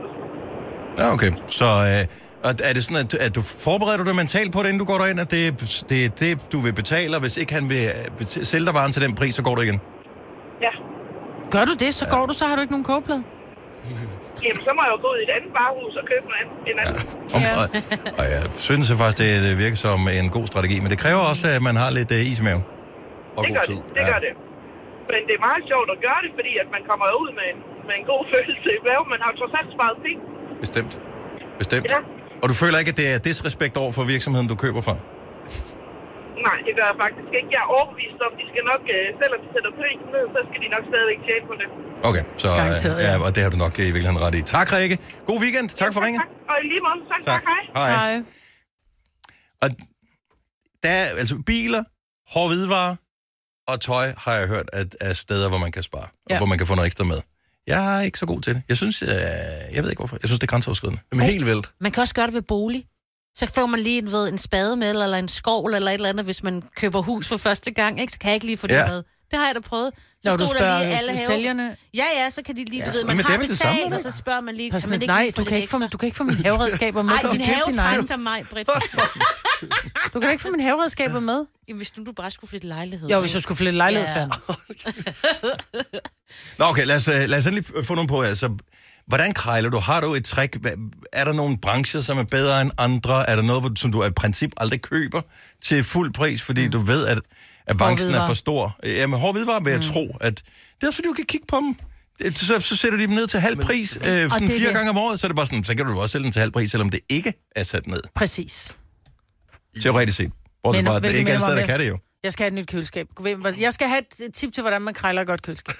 Ja, okay. Så øh, og er det sådan, at, at du forbereder du dig mentalt på det, inden du går derind, at det er det, er det, du vil betale, og hvis ikke han vil øh, bet- sælge dig varen til den pris, så går du igen? Ja. Gør du det, så går du, så har du ikke nogen kogeplade. Jamen, så må jeg jo gå ud i et andet varehus og købe noget andet. En anden. Om, og, og jeg synes jo faktisk, det øh, virker som en god strategi, men det kræver også, at man har lidt øh, is i maven. Og Det god gør tid. det. Det Ja. gør det. Men det er meget sjovt at gøre det, fordi at man kommer ud med en, med en god følelse i maven. Man har jo trods alt sparet ting. Bestemt. Bestemt. Ja. Og du føler ikke, at det er disrespekt over for virksomheden, du køber fra? Nej, det gør jeg faktisk ikke. Jeg er overbevist om, de skal nok, øh, selvom de sætter prisen ned, så skal de nok stadigvæk tjene på det. Okay, så øh, Garanteret, ja. ja, og det har du nok øh, i virkeligheden ret i. Tak, Rikke. God weekend. Tak for ringet. Tak, og i lige måde, tak, tak. tak hej. Hej. Og der er altså biler, hårde hvidevarer og tøj, har jeg hørt, at er steder, hvor man kan spare. Ja. Og Ja. hvor man kan få noget ekstra med. Jeg er ikke så god til det. Jeg synes, jeg, jeg ved ikke hvorfor. Jeg synes, det er grænseoverskridende. Jamen, helt vildt. Man kan også gøre det ved bolig. Så får man lige en, ved, en spade med, eller en skovl, eller et eller andet, hvis man køber hus for første gang. Ikke? Så kan jeg ikke lige få det Ja. med. Det har jeg da prøvet. Så Når stod du der spørger lige alle have. sælgerne, Ja, ja, så kan de lige, du ja. ved, Men man det er har vel det betalt, samme, og så spørger man lige, Pas, kan man ikke nej, lige få du lidt kan, ikke få, ekstra? du kan ikke få mine haveredskaber med. Ej, Du kan din købe have din egen. trænger mig, Britt. Du kan ikke få mine haveredskaber med. Jamen, hvis nu du bare skulle flytte lejlighed. Jo, hvis jeg skulle flytte lejlighed, Ja. fanden. Nå, okay, lad os, øh, lad os endelig få nogle på. Altså, hvordan krejler du? Har du et trick? Hva- Er der nogle brancher, som er bedre end andre? Er der noget, hvor du- som du i princip aldrig køber til fuld pris, fordi mm. du ved, at, at branchen er hvidevarer. for stor? Øh, Jamen, hård hvidvarer vil jeg mm. tro, at det er også, fordi du kan kigge på dem. Det- Så, så sætter de dem ned til halv pris øh, sådan det er fire det. gange om året, så er det bare sådan, så kan du jo også sælge den til halv pris, selvom det ikke er sat ned. Præcis. Teoretisk set. Bortset Men- fra, at men det det ikke er alle minder mig steder, der kan om det jo. Jeg skal have et nyt køleskab. Gå ved- Jeg skal have et tip til, hvordan man krejler et godt køleskab.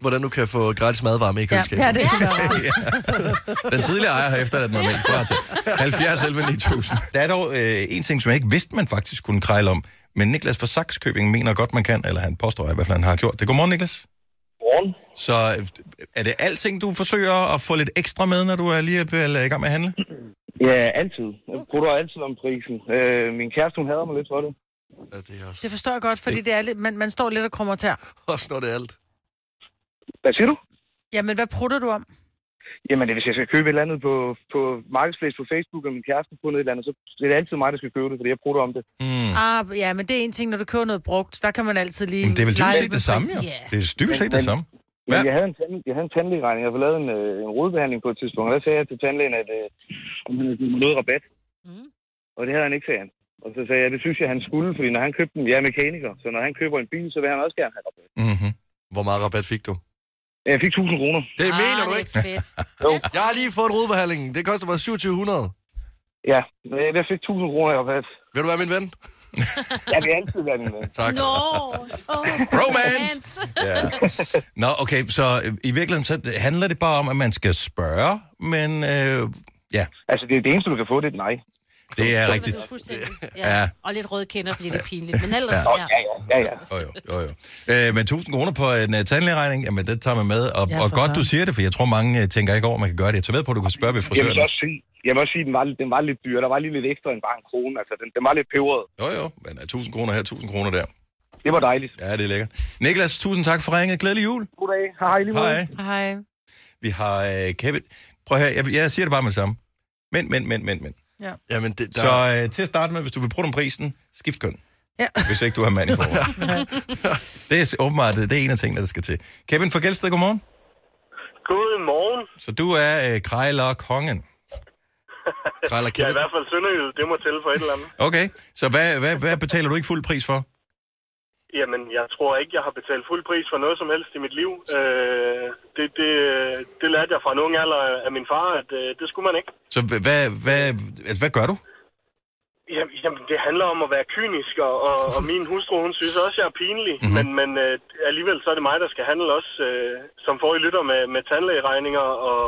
Hvordan du kan få gratis madvarme i køleskabet. ja, det kan være. Den tidligere ejer har efterladt mig med et svar til. 70 11 9000. Der er dog øh, en ting, som jeg ikke vidste, man faktisk kunne krejle om. Men Niklas fra Saxkøbing mener godt, man kan, eller han påstår i hvert fald, han har gjort det. Godmorgen, Niklas. Morgen. Så øh, er det alting, du forsøger at få lidt ekstra med, når du er lige er- eller er i gang med at handle? Ja, altid. Jeg bruger altid om prisen. Øh, min kæreste, hun hader mig lidt for det. Ja, det er også, Det forstår jeg godt, fordi det er lidt, man, man står lidt og krummer tær. også når det er alt. Hvad siger du? Jamen, hvad prutter du om? Mm. Jamen, det er, hvis jeg skal købe et eller andet på, på Marketplace på Facebook, og min kæreste har fundet et eller andet, så er det altid mig, der skal købe det, fordi jeg bruger om det. Mm. Ah, ja, men det er en ting, når du køber noget brugt, der kan man altid lige... Men det er vel dybest set lege lidt det med samme, prisen. jo. Ja. Det er dybest set det samme. Hvad? Men jeg havde en, tand, jeg havde en tandlægeregning. Jeg havde lavet en, øh, en rodbehandling på et tidspunkt, og der sagde jeg til tandlægen, at øh, om han havde givet mig noget rabat. Mm. Og det havde han ikke, sagde han. Og så sagde jeg, at det synes jeg, han skulle, fordi når han købte den, jeg er mekaniker, så når han køber en bil, så vil han også gerne have rabat. Mm-hmm. Hvor meget rabat fik du? Ja, Jeg fik 1000 kroner. Det ah, mener ah, du det er ikke. fedt. Jeg har lige fået rodbehandlingen. Det koster mig 2700. Ja, men jeg jeg fik 1000 kroner i rabat. Vil du være min ven? Jeg vil altid være din ven. Tak. Nå. Oh, Romance! Ja. Nå, okay, så øh, i virkeligheden så handler det bare om, at man skal spørge, men øh, ja, Altså, det, det eneste, du kan få, det er et nej. det er Rigtigt. rigtigt. Ja. Ja. ja. Og lidt røde kinder, fordi det er pinligt. Men ellers, Nå, ja. ja, ja, ja, ja. Jo, jo, jo, jo. Øh, men 1000 kroner på en uh, tandlægeregning, jamen det tager man med. Og, Ja, og for godt, søren. du siger det, for jeg tror, mange uh, tænker ikke over, at man kan gøre det. Jeg tager ved på, at du kan spørge ved Jeg vil frisøren. så også sige, jeg vil også sige, den var, den var lidt dyr. Der var lige lidt ekstra end bare en krone. Altså, den, den var lidt peberet. Jo, jo, men uh, 1000 kroner her, 1000 kroner der. Det var dejligt. Ja, det er lækkert. Niklas, tusind tak for ringet. Glædelig jul. God dag. Hej, lige måde. Hej. Hej. Vi har uh, Kevin. Prøv her, jeg, jeg siger det bare med det samme. Men, men, men, men, men. Jamen, det, der... Så... Så uh, til at starte med, hvis du vil bruge om prisen, skift køn. Ja. Hvis ikke du har mand i forvejen. det er s- åbenbart, det det er en af tingene, der skal til. Kevin fra Gældsted, godmorgen. God morgen. Så du er uh, krejler-kongen. Krejler Jeg Kevin. er i hvert fald sønderjyde. Det må tælle for et eller andet. Okay, så hvad, hvad, hvad betaler du ikke fuld pris for? Jamen, jeg tror ikke, jeg har betalt fuld pris for noget som helst i mit liv. Øh, det, det, det lærte jeg fra en ung alder af min far, at øh, det skulle man ikke. Så hva- hvad, hvad, altså, hvad gør du? Jamen, jamen, det handler om at være kynisk, og, og, og min hustru, hun synes også, jeg er pinlig. Mhm. Mm-hmm. Men, men øh, alligevel så er det mig, der skal handle også, øh, som får I lytter med, med tandlægeregninger og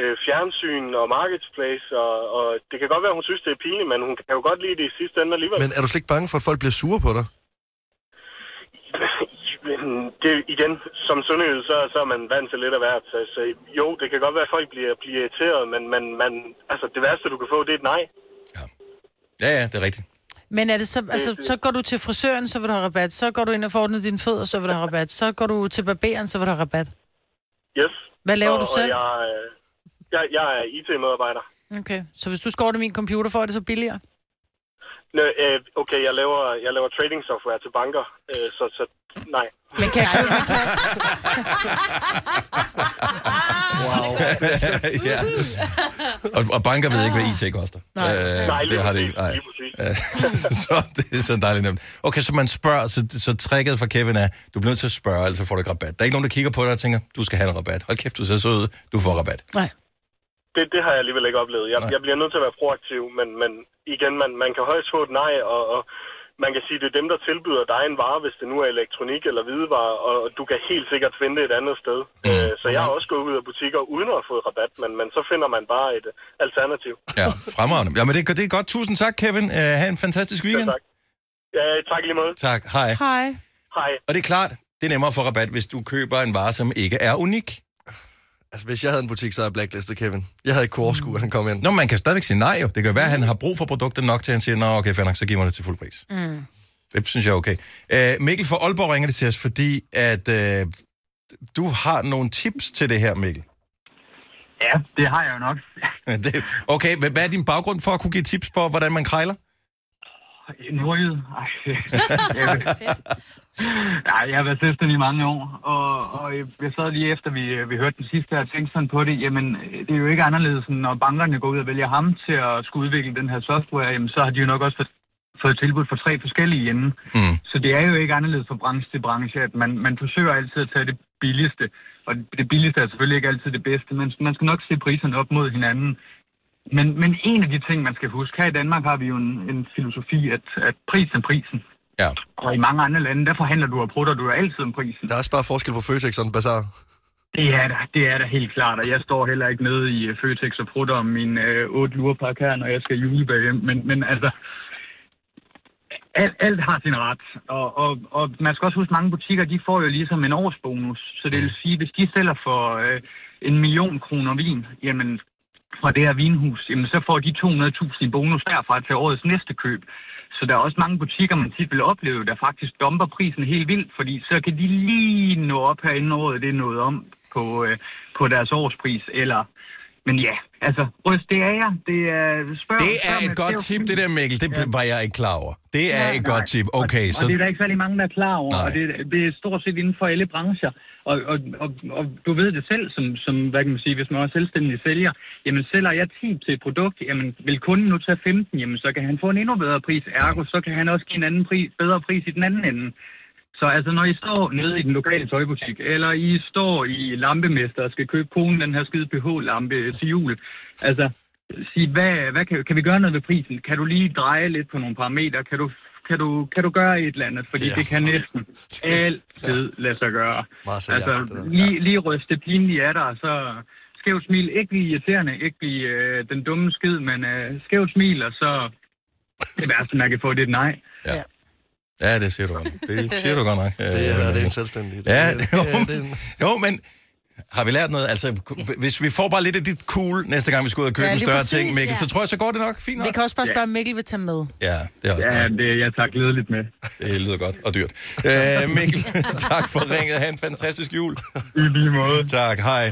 øh, fjernsyn og marketplace. Og, og det kan godt være, hun synes, det er pinligt, men hun kan jo godt lide det i sidste ende alligevel. Men er du slet ikke bange for, at folk bliver sure på dig? Men det, igen, som sønderjyde, så, så er man vant til lidt af hvert. Så, så jo, det kan godt være, at folk bliver, bliver irriteret, men, men man, altså, det værste, du kan få, det er et nej. Ja, ja, det er rigtigt. Men er det så, altså, så går du til frisøren, så vil du have rabat. Så går du ind og får ordnet dine fødder, så vil du have rabat. Så går du til barberen, så vil du have rabat. Yes. Hvad laver og, du selv? Og jeg, øh, jeg, jeg er IT-medarbejder. Okay, så hvis du skår det min computer, får jeg det så billigere? Nå, øh, okay, jeg laver, jeg laver trading software til banker, øh, så, så nej. Men kan jeg Wow. ja. og, og banker ved ikke, hvad IT koster. Nej. Nej, lige det har det ikke. Nej. Øh, så det er så dejligt nemt. Okay, så man spørger, så, så tricket fra Kevin er, du bliver nødt til at spørge, ellers så får du ikke rabat. Der er ikke nogen, der kigger på dig og tænker, du skal have en rabat. Hold kæft, du ser så ud, du får rabat. Nej. Det, det har jeg alligevel ikke oplevet. Jeg, jeg bliver nødt til at være proaktiv, men, men igen, man, man kan højst få et nej, og, og man kan sige, det er dem, der tilbyder dig en vare, hvis det nu er elektronik eller hvidevarer, og du kan helt sikkert finde det et andet sted. Øh, så jeg har også gået ud af butikker uden at have fået rabat, men, men så finder man bare et øh, alternativ. Ja, fremragende. Jamen, det, det er godt. Tusind tak, Kevin. Uh, have en fantastisk weekend. tak. Ja, tak i lige måde. Tak. Hej. Hej. Hej. Og det er klart, det er nemmere at få rabat, hvis du køber en vare, som ikke er unik. Altså, hvis jeg havde en butik, så havde jeg blacklistet Kevin. Jeg havde ikke kunne overskue, at han kom ind. Nå, man kan stadigvæk sige nej jo. Det kan jo være, at han har brug for produktet nok til, at han siger, nå, okay, fair nok, så giver mig det til fuld pris. Mm. Det synes jeg er okay. Øh, Mikkel fra Aalborg ringer det til os, fordi at øh, du har nogle tips til det her, Mikkel. Ja, det har jeg jo nok. Det- okay, hvad hvad er din baggrund for at kunne give tips på, hvordan man krejler? Nordjyd. Ej. Nej, jeg har været selvstændig i mange år, og, og jeg sad lige efter, vi, vi hørte den sidste her, og tænkte sådan på det, jamen, det er jo ikke anderledes, end når bankerne går ud og vælger ham til at skulle udvikle den her software, jamen, så har de jo nok også fået- fået tilbud fra tre forskellige inden. Mm. Så det er jo ikke anderledes fra branche til branche, at man, man forsøger altid at tage det billigste, og det billigste er selvfølgelig ikke altid det bedste, men man skal nok se priserne op mod hinanden, Men, men en af de ting, man skal huske, her i Danmark har vi jo en, en filosofi, at, at pris er prisen. Ja. Og i mange andre lande, der forhandler du og prutter du jo altid om prisen. Der er også bare forskel på Føtex og en bazaar. Det er der, det er der helt klart, og jeg står heller ikke nede i øh, Føtex og prutter om min øh, otte lurepakke her, når jeg skal julebage hjem, men, men altså, alt, alt har sin ret, og, og, og man skal også huske, mange butikker, de får jo ligesom en årsbonus, så det vil sige, hvis de sælger for øh, en million kroner vin, jamen, fra det her vinhus, jamen, så får de 200.000 i bonus derfra til årets næste køb. Så der er også mange butikker, man tit vil opleve, der faktisk dumper prisen helt vildt, fordi så kan de lige nå op her inden året, det er noget om på, øh, på deres årspris, eller... Men ja, altså, ryst det er jer. Det er, spørg, Det spørg er Mads et godt Laursen. tip, det der, Mikkel. Det var jeg ikke klar over. Det er Nej, et nej. godt tip. Okay, Og det er så... der ikke særlig mange, der er klar over, Nej. og det, det er stort set inden for alle brancher. Og, og, og, og du ved det selv, som, som hvad kan man sige, hvis man er selvstændig sælger, jamen sælger jeg 10 til et produkt, jamen vil kunden nu tage 15, jamen så kan han få en endnu bedre pris. Ergo, så kan han også give en anden pris, bedre pris i den anden ende. Så altså, når I står nede i den lokale tøjbutik, eller I står i lampemester og skal købe konen den her skide BH-lampe til jul, altså, sige, hvad, hvad kan, kan vi gøre noget ved prisen? Kan du lige dreje lidt på nogle parametre? Kan du, kan du, kan du gøre et eller andet? Fordi Det det, er- det kan næsten altid lade sig gøre. Meget seriøst, Altså, det der. lige, lige ryste det pinlige af dig, og så skævt smil. Ikke blive irriterende, ikke blive øh, den dumme skid, men øh, skævt smil, og så det værste, man kan få, det er et nej. Ja. Ja, det siger du godt. Det siger du godt nok. Det er- Øh, det er en selvstændig. Ja, Det er- jo, det er- det er men- jo, men har vi lært noget? Altså, ku- hvis vi får bare lidt af dit cool næste gang, vi skal ud og købe Ja, en lige større præcis, ting, Mikkel, ja. så tror jeg, så går det nok. Fint nok. Vi kan også bare spørge, om Mikkel vil tage med. Ja, det er også Ja, det, jeg tager glædeligt med. Det lyder godt og dyrt. Øh, Mikkel, tak for ringet. Ha' en fantastisk jul. I lige måde. Tak, hej.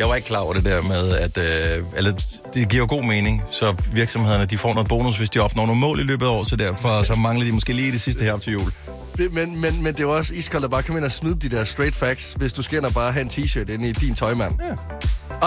Jeg var ikke klar over det der med, at øh, eller, det giver jo god mening, så virksomhederne de får noget bonus, hvis de opnår nogle mål i løbet af året, så derfor så mangler de måske lige det sidste her op til jul. Det, men, men, men det er jo også iskoldt at bare komme ind og smide de der straight facts, hvis du skal ind og bare have en t-shirt inde i din tøjmand. Ja.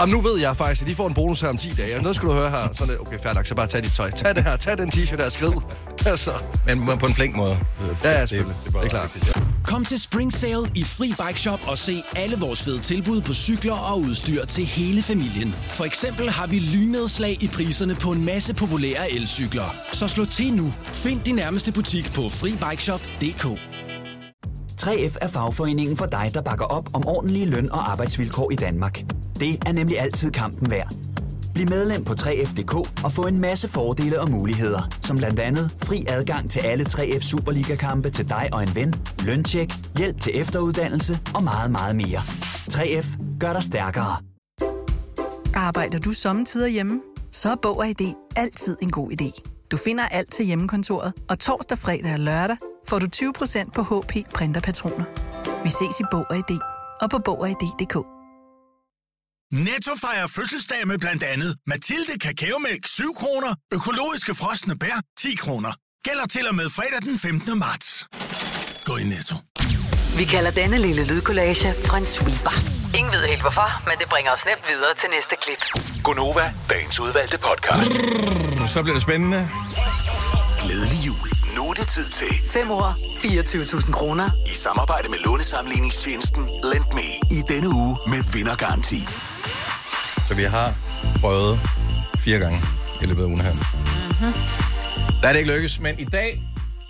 Og nu ved jeg faktisk, at de får en bonus her om 10 dage, og noget skal du høre her. Sådan, lidt, okay, fair nok, så bare tag dit tøj. Tag det her, tag den t-shirt der, skrid. Altså. Men på en flink måde. Ja, ja, selvfølgelig. Det er, bare det er klart. Kom til Spring Sale i Fri Bike Shop og se alle vores fede tilbud på cykler og udstyr til hele familien. For eksempel har vi lynedslag i priserne på en masse populære elcykler. Så slå til nu. Find din nærmeste butik på FriBikeShop.dk 3F er fagforeningen for dig, der bakker op om ordentlige løn- og arbejdsvilkår i Danmark. Det er nemlig altid kampen værd. Bliv medlem på 3F.dk og få en masse fordele og muligheder, som blandt andet fri adgang til alle 3F Superliga-kampe til dig og en ven, løntjek, hjælp til efteruddannelse og meget, meget mere. 3F gør dig stærkere. Arbejder du sommetider hjemme? Så er Bog og ID altid en god idé. Du finder alt til hjemmekontoret, og torsdag, fredag og lørdag får du 20% på HP Printerpatroner. Vi ses i Bog og ID og på Bog og ID.dk. Netto fejrer fødselsdag med blandt andet Mathilde Kakaomælk 7 kroner, økologiske frosne bær 10 kroner. Gælder til og med fredag den 15. marts. Gå i Netto. Vi kalder denne lille lydkollage en sweeper. Ingen ved helt hvorfor, men det bringer os nemt videre til næste klip. Gonova, dagens udvalgte podcast. Så bliver det spændende. Glædelig jul. Nu er det tid til 5 år, 24.000 kroner. i samarbejde med lånesamligningstjenesten Lend Me i denne uge med vindergaranti. Så vi har prøvet fire gange i løbet af ugen her. Der er det ikke lykkes, men i dag,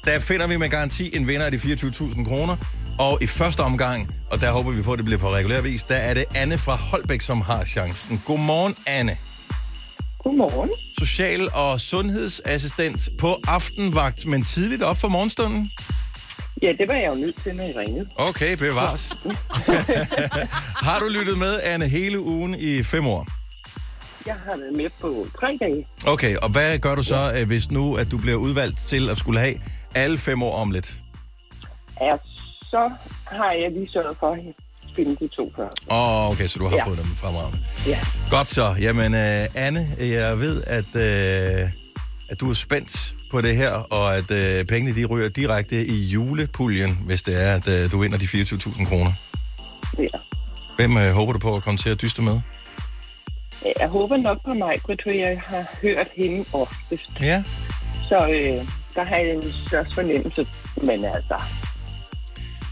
der finder vi med garanti en vinder af de 24.000 kroner. Og i første omgang, og der håber vi på, at det bliver på regulær vis, der er det Anne fra Holbæk, som har chancen. Godmorgen, Anne. Godmorgen. Social- og sundhedsassistent på aftenvagt, men tidligt op for morgenstunden. Ja, det var jeg jo nødt til, når I ringede. Okay, bevares. har du lyttet med, Anne, hele ugen i fem år? Jeg har været med på tre dage. Okay, og hvad gør du så, øh, hvis nu at du bliver udvalgt til at skulle have alle fem år om lidt? Ja, så har jeg lige sørget for at finde de to før. Åh, oh, okay, så du har Ja. ja. fået dem fremragende. Ja. Godt så. Jamen, øh, Anne, jeg ved, at, øh, at du er spændt på det her, og at øh, pengene de ryger direkte i julepuljen, hvis det er, at øh, du vinder de 24.000 kroner. Ja. Hvem øh, håber du på at komme til at dyste med? Øh, Jeg håber nok på mig, for jeg har hørt hende oftest. Ja. Så øh, der har jeg den største fornemmelse. Men altså,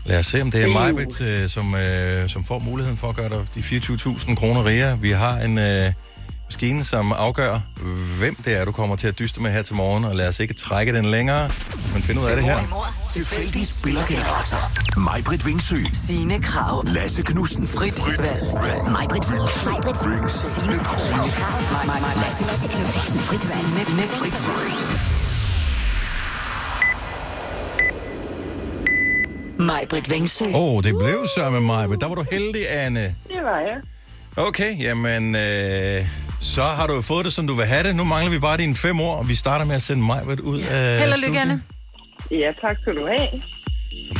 Lad os se, om det er Majbet, øh, som, øh, som får muligheden for at gøre dig de 24.000 kroner rigere. Vi har en øh, maskine, som afgør, hvem det er, du kommer til at dyste med her til morgen. Og lad os ikke trække den længere, men finde ud af det her. Tilfældig spillergenerator. Majbrit Vingsø. Signe Krav. Lasse Knudsen. Frit valg. Majbrit Vingsø. Signe Krav. Lasse Knudsen. Frit valg. Frit valg. Majbrit Vengsø. Åh, oh, det blev så med Majbrit. Der var du heldig, Anne. det var jeg. Okay, jamen, øh, så har du jo fået det, som du vil have det. Nu mangler vi bare dine fem år, og vi starter med at sende Majbrit ud øh, af Held og lykke, studiet. Anne. Ja, tak skal du have.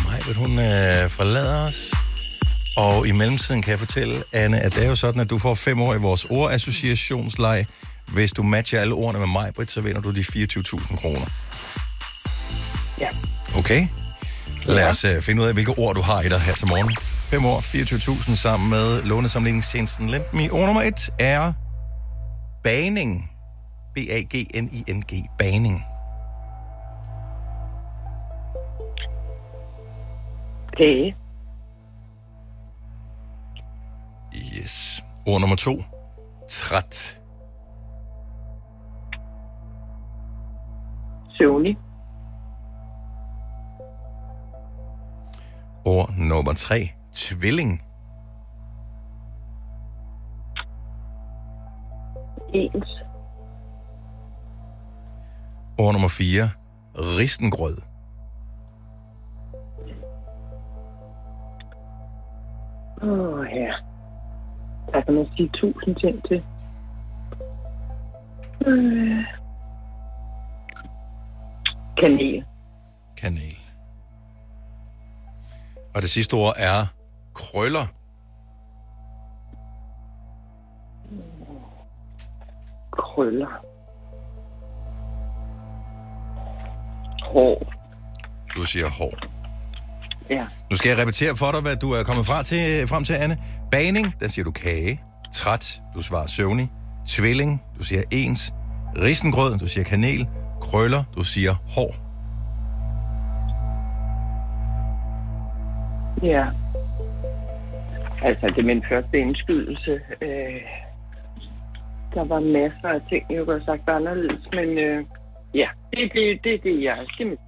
Majbrit, hun øh, forlader os. Og i mellemtiden kan jeg fortælle, Anne, at det er jo sådan, at du får fem år i vores ordassociationsleg. Hvis du matcher alle ordene med Majbrit, så vinder du de 24.000 kroner. Ja. Okay? Lad os øh, finde ud af, hvilke ord du har i dig her til morgen. 5 år, 24.000 sammen med lånesamlingstjenesten Lendme. Ord nummer et er baning. B-A-G-N-I-N-G. Baning. Læge. Yes. Ord nummer to. Træt. Søvnig. Ord nummer tre. Tvilling. Ens. Ord nummer fire. Ristengrød. Åh, oh, ja. Der kan man sige tusind ting til. Øh. Kanel. Kanel. Og det sidste ord er krøller. Krøller. Hår. Du siger hår. Ja. Nu skal jeg repetere for dig, hvad du er kommet fra til, øh, frem til, Anne. Baning, der siger du kage. Træt, du svarer søvnig. Tvilling, du siger ens. Risengrød, du siger kanel. Krøller, du siger hår. Ja. Altså, det er min første indskydelse. Øh, der var masser af ting, jeg kunne have sagt anderledes, men øh, ja, det er det, det, det, jeg det er mit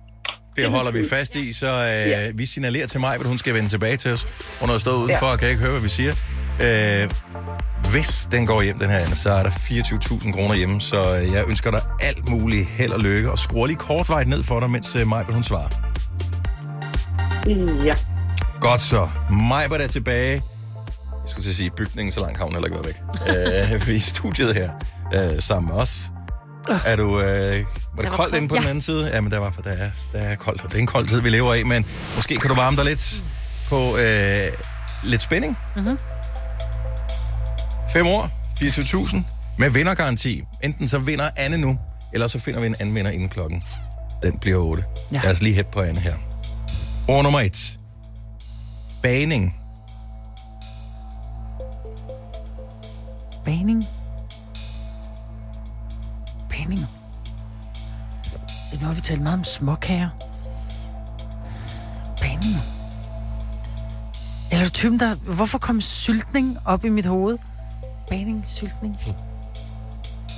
Det holder vi fast i, så øh, ja. vi signalerer til mig, at hun skal vende tilbage til os. Hun har stået udenfor Ja. og kan ikke høre, hvad vi siger. Øh, hvis den går hjem, den her, Anne, så er der 24.000 kroner hjemme, så øh, jeg ønsker dig alt muligt held og lykke, og skruer lige kort vej ned for dig, mens øh, Majbert, hun svarer. Ja. Godt så. Majbert er tilbage. Jeg skulle til at sige, bygningen så langt har hun heller ikke været væk. øh, vi er i studiet her øh, sammen med os. Er du... Øh, var det var koldt inde koldt, på den ja. anden side? Ja, men der, var, der, er, der er koldt, og det er en kold tid, vi lever i, men måske kan du varme dig lidt på øh, lidt spænding. Mm-hmm. Fem år, 24.000, med vindergaranti. Enten så vinder Anne nu, eller så finder vi en anden vinder inden klokken. Den bliver 8. Ja. Ja. Lad os lige hæppe på Anne her. Ord nummer 1. Baning. Baning. Baning. Det er nu har vi talt meget om småkager. Baning. Eller typen, der... Hvorfor kom syltning op i mit hoved? Baning, syltning.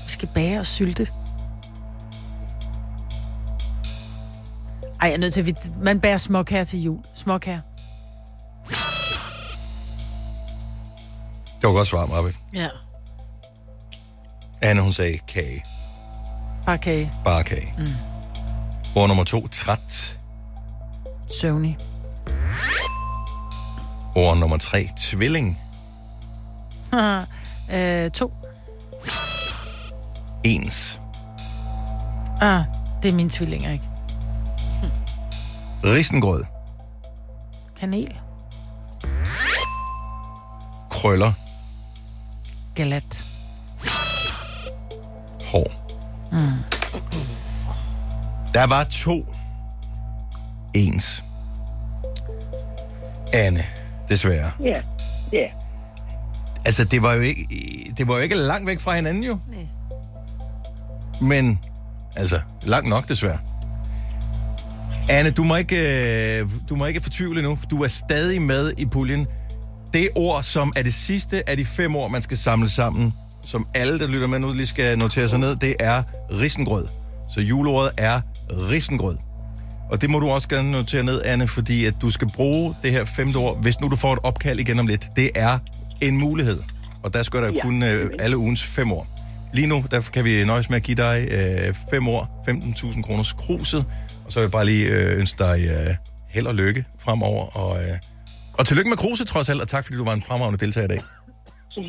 Vi skal bage og sylte. Ej, jeg er nødt til at... vide- Man bærer småkager til jul. Småkager. Det var godt svar, Marvind. Ja. Anne, hun sagde kage. Bare kage. Bare kage. Mm. Ord nummer to, træt. Søvnig. Ord nummer tre, tvilling. øh, to. Ens. Ah, det er mine tvillinger, ikke? Risengrød. Kanel. Krøller. Galat. Hår. Mm. Der var to. Ens. Anne, desværre. Ja, ja. Altså, det var jo ikke, det var jo ikke langt væk fra hinanden, jo. Nej. Men, altså, langt nok, desværre. Anne, du må ikke, øh, du må ikke fortvivle nu. for Du er stadig med i puljen. Det ord, som er det sidste af de fem ord, man skal samle sammen, som alle, der lytter med nu, lige skal notere sig ned, det er risengrød. Så juleordet er risengrød. Og det må du også gerne notere ned, Anne, fordi at du skal bruge det her femte ord, hvis nu du får et opkald igen om lidt. Det er en mulighed. Og der skal der ja, Ja, kun øh, alle ugens fem ord. Lige nu, der kan vi nøjes med at give dig øh, fem år, 15.000 kroners kruset. Og så vil jeg bare lige øh, ønske dig øh, held og lykke fremover. Og, øh, og tillykke med kruset trods alt, og tak fordi du var en fremragende deltager i dag.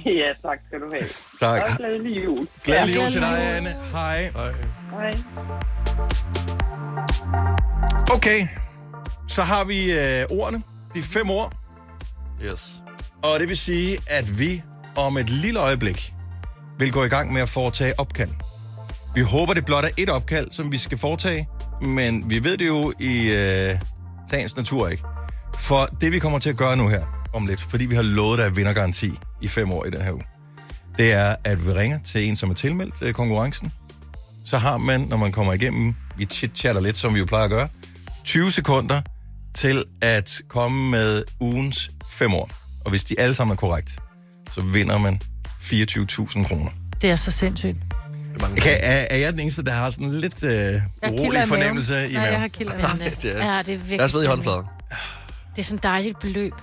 Ja, tak skal du have. Tak. Og glædelig jul. Glædelig jul til dig, Anne. Hej. Hej. Okay, så har vi øh, ordene. De fem ord. Yes. Og det vil sige, at vi om et lille øjeblik vil gå i gang med at foretage opkald. Vi håber, det blot er et opkald, som vi skal foretage, men vi ved det jo i øh, sagens natur ikke. For det, vi kommer til at gøre nu her om lidt, fordi vi har lovet dig vindergaranti i fem år i den her uge, det er, at vi ringer til en, som er tilmeldt øh, konkurrencen. Så har man, når man kommer igennem, vi chit-chatter lidt, som vi jo plejer at gøre, 20 sekunder til at komme med ugens fem år. Og hvis de alle sammen er korrekt, så vinder man 24.000 kroner. Det er så sindssygt. Kan, er, er jeg den eneste, der har sådan lidt øh, kilder i urolig fornemmelse i maven? Nej, jeg har kilder i maven. det er- Ja, det er virkelig. Lad os ved i spændende. håndfladen. Det er sådan et dejligt beløb.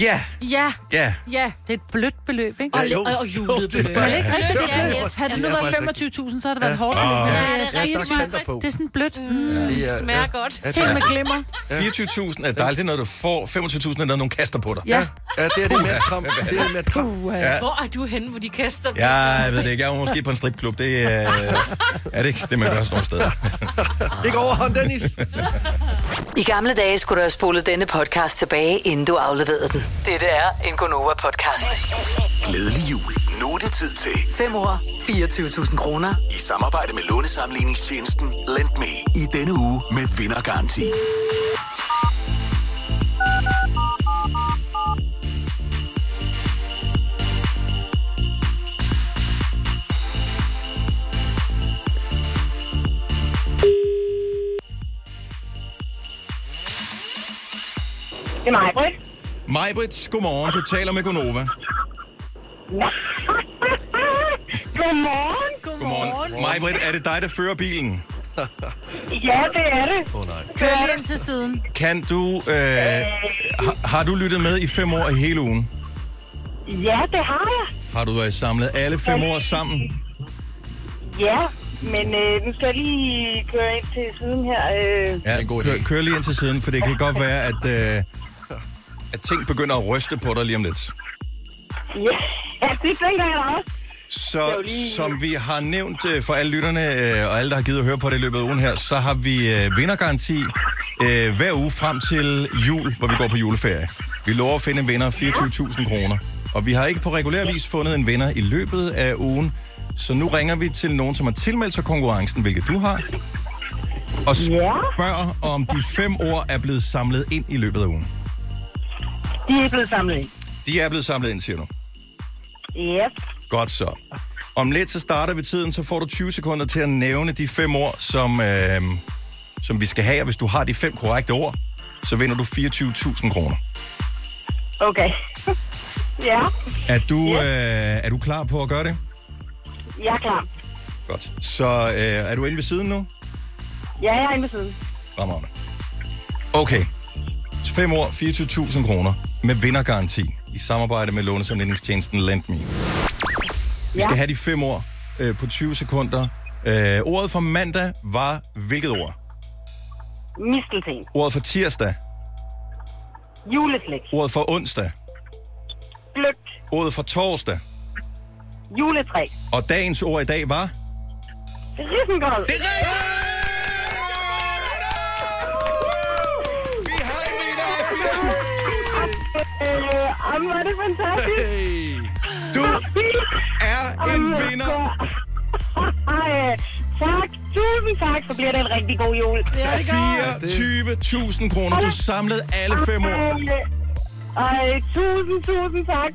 Ja, Ja, ja. ja. Det er et blødt beløb, ikke? Og, og, og julet oh, Det beløb. er ikke rigtigt. Ja, Ja, jeg yes. Havde det nu elsker været det. 25.000, så havde det været Ja. hårdt. Åh. Men, øh, Ja, det er rigtigt. 24, Der er kanter på. Det er sådan blødt. Mm. Det er- smager ja. godt. Ja, det Helt er- med glimmer. 24.000 er dejligt, det er noget, du får. 25.000 er noget, nogen kaster på dig. Ja. ja det er det med kram. Det er det med kram. Ja. Hvor er du henne, hvor de kaster? dem? Jeg ved det ikke. Jeg var måske på en stripklub. Det øh, er det ikke. Det er man gør sådan nogle steder. ikke overhånd, Dennis. I gamle dage skulle du have spolet denne podcast tilbage, inden du afleverede den. Dette er en Gonova-podcast. Glædelig jul. Nu er det tid til 5 år, 24.000 kroner. i samarbejde med lånesamligningstjenesten Lend Me. I denne uge med vindergaranti. Det er mig, Britt. Majbrit, godmorgen. Du taler med Gonova. Godmorgen. Godmorgen. Majbrit, er det dig, der fører bilen? Ja, det er det. Åh oh, nej. Kør lige ind til siden. Kan du... Øh, har, har du lyttet med i fem år i hele ugen? Ja, det har jeg. Har du øh, samlet alle fem år sammen? Ja, men øh, nu skal jeg lige køre ind til siden her. Øh. Ja, en god kør, kør lige ind til siden, for det kan godt være, at, øh, at ting begynder at ryste på dig lige om lidt. Ja, det tænker jeg da også. Så som vi har nævnt øh, for alle lytterne øh, og alle, der har givet at høre på det i løbet af ugen her, så har vi øh, vindergaranti øh, hver uge frem til jul, hvor vi går på juleferie. Vi lover at finde en vinder 24.000 kroner. Og vi har ikke på regulær vis fundet en vinder i løbet af ugen, så nu ringer vi til nogen, som har tilmeldt sig konkurrencen, hvilket du har, og spørger, om de fem ord er blevet samlet ind i løbet af ugen. De er blevet samlet ind. De er blevet samlet ind, siger du. Yep. Godt så. Om lidt så starter vi tiden, så får du 20 sekunder til at nævne de fem ord, som, øh, som vi skal have. Og hvis du har de fem korrekte ord, så vinder du 24.000 kroner. Okay. ja, Er du, øh, er du klar på at gøre det? jeg er klar. Godt. Så øh, er du inde ved siden nu? Ja, jeg er inde ved siden. Fremragende. Okay. 5 år, 24.000 kroner med vindergaranti i samarbejde med lånesamlingstjenesten LendMe. Vi skal have de fem år øh, på 20 sekunder. Øh, ordet for mandag var hvilket ord? Mistelten. Ordet for tirsdag? Juleslik. Ordet for onsdag? Gløk. Ordet for torsdag? Juletræ. Og dagens ord i dag var? Risengold. Det er rigtigt! Vi har en vinder af 24.000. Jamen, var det fantastisk. Hey. Du er en vinder. altså. tak. Tusind tak. Så bliver det en rigtig god jul. Ja, 24.000 kroner. Du samlede alle fem år. Ej, tusind, tusind tak.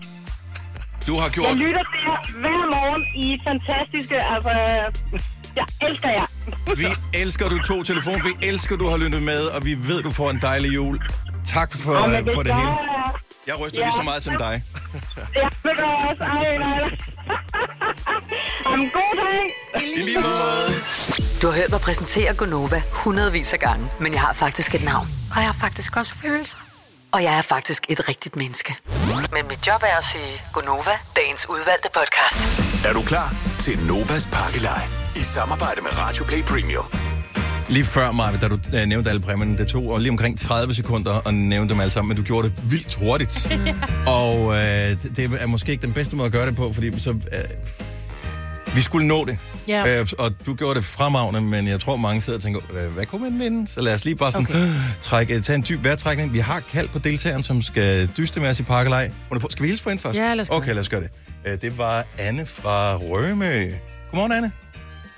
Du har Jeg lytter til jer hver morgen. I er fantastiske. Altså, jeg elsker jer. Vi elsker, at du tog telefon. Vi elsker, at du har lyttet med, og vi ved, du får en dejlig jul. Tak for, Jamen, for det gør hele. jeg. Jeg ryster Ja. lige så meget som dig. Ja, det gør jeg også. Ej, nej, nej. Jamen, god dag. I lige måde. Du har hørt mig præsentere Gonova hundredvis af gange, men jeg har faktisk et navn. Og jeg har faktisk også følelser. Og jeg er faktisk et rigtigt menneske. Men mit job er at sige Gonova, dagens udvalgte podcast. Er du klar til Novas pakkeleg? I samarbejde med Radio Play Premium. Lige før, Marve, da du øh, nævnte alle præmierne, det tog og lige omkring 30 sekunder at nævne dem alle sammen, men du gjorde det vildt hurtigt. og øh, det- det er måske ikke den bedste måde at gøre det på, fordi så, øh, vi skulle nå det. Ja. Øh, og du gjorde det fremragende, men jeg tror, mange sidder og tænker, øh, hvad kunne man vinde? Så lad os lige bare sådan, okay. trække, øh, tage en dyb vejrtrækning. Vi har kaldt på deltageren, som skal dyste med os i pakkelej. Hun er på- Skal vi hilse på hende først? Ja, lad os gøre Okay, det. lad os gøre det. Øh, det var Anne fra Rømø. Godmorgen, Anne.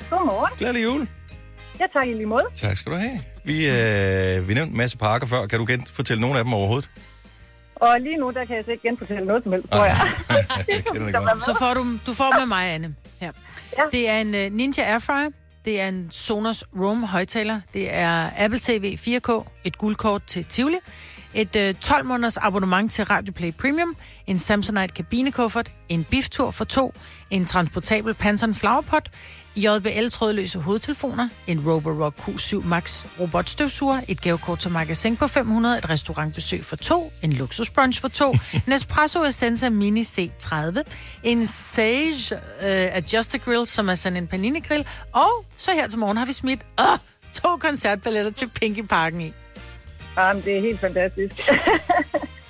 Godmorgen. Glædelig jul. Jeg tager i lige måde. Tak skal du have. Vi, øh, vi nævnte en masse parker før. Kan du gen- fortælle nogle af dem overhovedet? Og lige nu, der kan jeg så ikke genfortælle noget som helst, tror jeg. Jeg kender det godt. Så får du, du får med mig, Anne. Her. Ja. Det er en øh, Ninja Airfryer. Det er en Sonos Roam højtaler. Det er Apple TV 4K. Et guldkort til Tivoli. Et øh, 12 måneders abonnement til Radio Play Premium. En Samsonite kabinekuffert. En biftur for to. En transportabel Panson Flowerpot. JBL trådløse hovedtelefoner, en Roborock Q7 Max robotstøvsuger, et gavekort til magasin på 500, et restaurantbesøg for to, en luksusbrunch for to, en Espresso Essenza Mini C30, en Sage øh, Adjuster Grill, som er sådan en panini grill, og så her til morgen har vi smidt øh, to koncertballetter til Pinky Parken i. Jamen, det er helt fantastisk.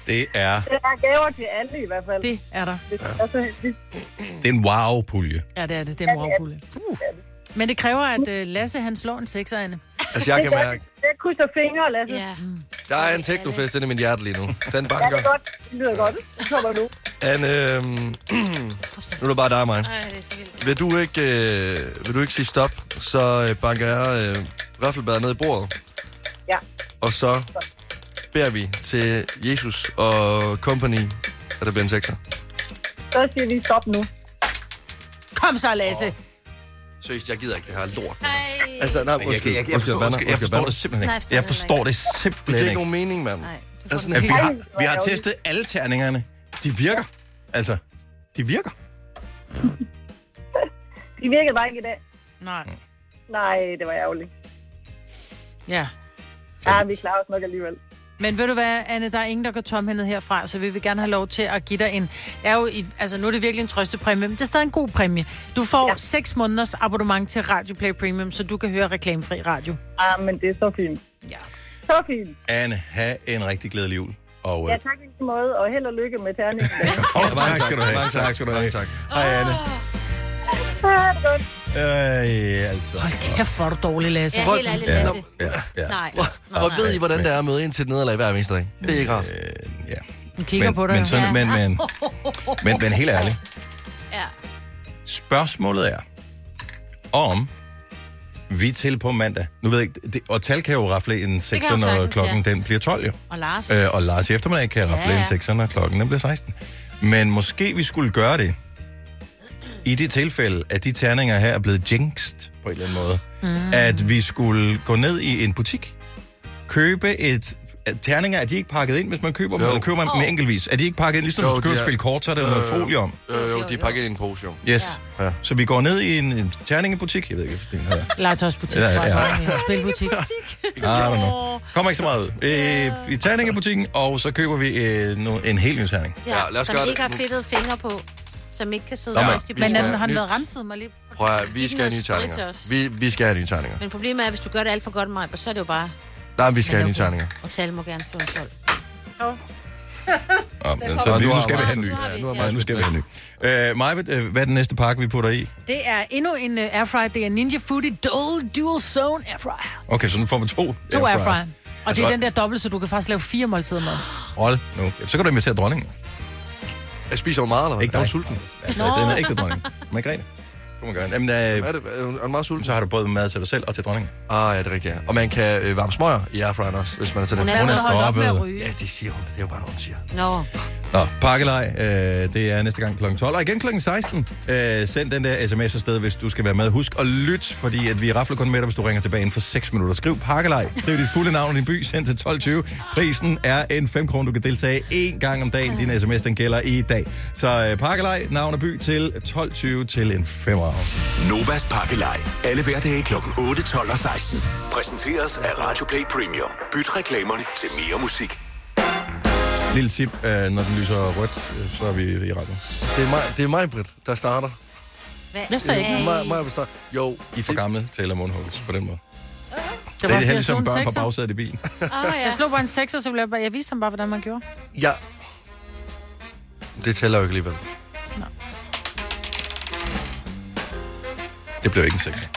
Det er, Der er gaver til alle i hvert fald. Det er der. Det er så heldigt. det er en wow-pulje. Ja, det er det. Det er morgenpulle. Men det kræver, at øh, Lasse han slår en sekser, Anne. Altså, jeg kan mærke, Jeg krydser fingre, Lasse. Ja. der er en teknofest inde i mit hjerte lige nu. Den Ja, det banker. er godt. Det lyder godt. Det kommer nu. Anne, øh, nu er det bare dig og mig. Vil du ikke, øh, vil du ikke sige stop, så øh, banker jeg øh, raffelbæret ned i bordet, Ja. og så beder vi til Jesus og company, at der bliver en sekser. Så siger vi stop nu. Kom så, Lasse. Seriøst, jeg gider ikke det her lort. Ej. Altså, nej, Men jeg undskyld. kan- jeg- jeg undskyld, forstår- Banner, undskyld, jeg undskyld, forstår Banner. det simpelthen ikke. Nej, jeg forstår Jeg det forstår heller ikke. det simpelthen Det giver ikke. ikke nogen mening, mand. Nej. Det altså, at vi, har, vi har testet alle terningerne. De virker. Altså, de virker. De virkede bare ikke i dag. Nej. Nej, det var ærgerligt. Ja. Ja, vi klarer os nok alligevel. Men ved du hvad, Anne, der er ingen, der går tomhændet herfra, så vi vil gerne have lov til at give dig en... Det Er jo i, altså, nu er det virkelig en trøstepræmie, men det er stadig en god præmie. Du får ja. 6 måneders abonnement til Radio Play Premium, så du kan høre reklamefri radio. Ah, men det er så fint. Ja. Så fint. Anne, have en rigtig glædelig jul. Og, øh, Ja, tak i lige måde, og held og lykke med terningen. oh, tak skal du have. Mange tak. tak skal du have. Tak. Hej, Anne. Ha' det godt. Øh, altså. Hold kæft, hvor er du dårlig, Lasse. Ja, helt ærligt, Ja, Lasse. ja, ja. Nej. Og ved I, hvordan det er at møde ind til et nederlag hver eneste dag? Det er ikke rart. Nu kigger Men- på dig. men jo. sådan- ja. men- men- Men, men helt ærligt. Ja. Spørgsmålet er, om vi til på mandag, nu ved jeg ikke, det, og tal kan jo rafle en kan 6, jo når sagtens, klokken ja. den bliver 12 jo. Og Lars. Øh, og Lars i eftermiddag kan Ja, rafle ja, ja. en 6, når klokken den bliver 16. Men måske vi skulle gøre det, i det tilfælde, at de terninger her er blevet jinxed på en eller anden måde, mm. at vi skulle gå ned i en butik, købe et at terninger, er de ikke pakket ind, hvis man køber dem, Jo. eller køber man dem Jo. enkeltvis? Er de ikke pakket ind, ligesom hvis du køber et spil kort, så er Øh, der jo noget folie om? Jo, Øh, jo, de er pakket i en pose, jo. Yes. Ja. Så vi går ned i en, en terningebutik. Jeg ved ikke, hvad den hedder. Legetøjsbutik, Ja, ja, ja. ja. Spilbutik. I don't know. Kommer ikke så meget ud. Øh, I terningebutikken, og så køber vi øh, no, en hel ny terning. Ja, lad os som gøre ikke det. har fedtede fingre på, som ikke kan sidde Nå, men fast i vi skal bunden. have nyt. renset mig lige. Prøv at, høre, vi skal have nye noget sprit til terninger. os. Vi, vi skal have nye terninger. Men problemet er, at hvis du gør det alt for godt, Maja, så er det jo bare... Nej, vi skal Men have nye okay. terninger. Og tale må gerne stå en tolv. Om, Den så får vi, vi. nu skal vi have en ny. Nu har vi, Ja, nu, ja. ja, nu skal vi have en ny. Øh, Majbet, øh, hvad er den næste pakke, vi putter i? Det er endnu en uh, airfryer. Det er Ninja Foodie Dual Dual Zone Airfryer. Okay, så nu får vi to. To airfryer. Og det er Altså, den der dobbelt, så du kan faktisk lave fire måltider med. Hold nu. Så kan du invitere dronningen. Jeg spiser jo meget, eller hvad? Ikke, der er sulten. Altså, Nå. den er ikke dronning. Margrethe. Du må gøre det. Jamen, øh, er det, er meget sulten? Så har du både mad til dig selv og til dronningen. Ah, ja, det er rigtigt, ja. Og man kan øh, varme smøger i airfryeren også, hvis man er til Hun det. er Hun er allerede holdt op med at stoppet. Ja, det siger hun. Det er jo bare noget, hun siger. Nå. Nå, pakkelej, øh, det er næste gang kl. 12, og igen kl. 16. Øh, send den der sms afsted, hvis du skal være med. Husk at lytte, fordi at vi rafler kun med dig, hvis du ringer tilbage inden for 6 minutter. Skriv pakkelej, skriv dit fulde navn og din by, send til 12.20. Prisen er en 5 kroner, du kan deltage én gang om dagen. Din sms, den gælder i dag. Så øh, pakkelej, navn og by til 12.20 til en 5 Novas Pakkelej. Alle hverdage kl. 8, 12 og 16. Præsenteres af Radioplay Premium. Byt reklamerne til mere musik. Lille tip, øh, når den lyser rødt, øh, så er vi i retten. Det er mig, det er mig Britt, der starter. Hvad? Jeg sagde ikke Mig, noget. mig, vil starte. Jo, I er for gamle til at mundhuggelse på den måde. Det Det var er også det det, her jeg ligesom slog en børn på sekser. bagsædet i bilen. Ah, ja. Jeg slog bare en sekser, så blev jeg, bare, jeg viste ham bare, hvordan man gjorde. Ja. Det tæller jo ikke alligevel. Det blev ikke en sekser.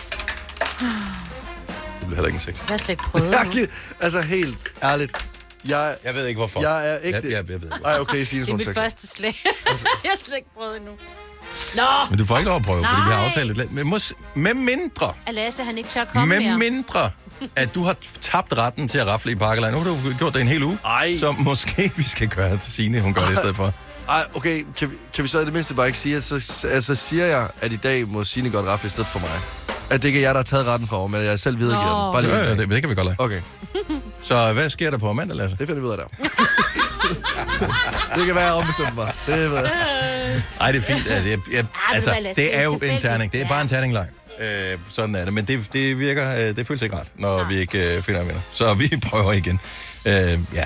Det blev heller ikke en sekser. Jeg har slet ikke prøvet Jeg, nu. gi- altså helt ærligt. Jeg, jeg ved ikke, hvorfor. Jeg er ikke Jeg- jeg- jeg ved ikke, Ej, okay, Signe Det er Skåne mit Texas. første slag. jeg har slet ikke prøvet endnu. Nå! Men du får ikke lov at prøve, fordi vi har Nej. aftalt et land. Men mås- med mindre, At Lasse, han ikke tør komme med mere. mindre, at du har tabt retten til at rafle i Parkland. Nu har du gjort det en hel uge. Ej. Så måske vi skal gøre det til Signe, hun gør det i stedet for. Ej, okay, kan vi, kan vi så i det mindste bare ikke sige, at så, altså, siger jeg, at i dag må Signe godt rafle i stedet for mig. At det ikke er jeg, der har taget retten fra mig, men jeg selv videregiver Nå. den. Bare lige Ja, ja, det- det kan vi godt lade. Okay. Så hvad sker der på mandag, Lasse? Det finder vi ud af der. det kan være om som bare. Det ved jeg. Ej, det er fint. Ja, det, er, jeg, altså, hvad, Lasse, det er jo det er en terning. Det er tilfældigt. bare en terning lang. Øh, sådan er det. Men det, det virker, øh, det føles ikke rart, når vi ikke øh, finder en vinder. Så vi prøver igen. Øh, ja,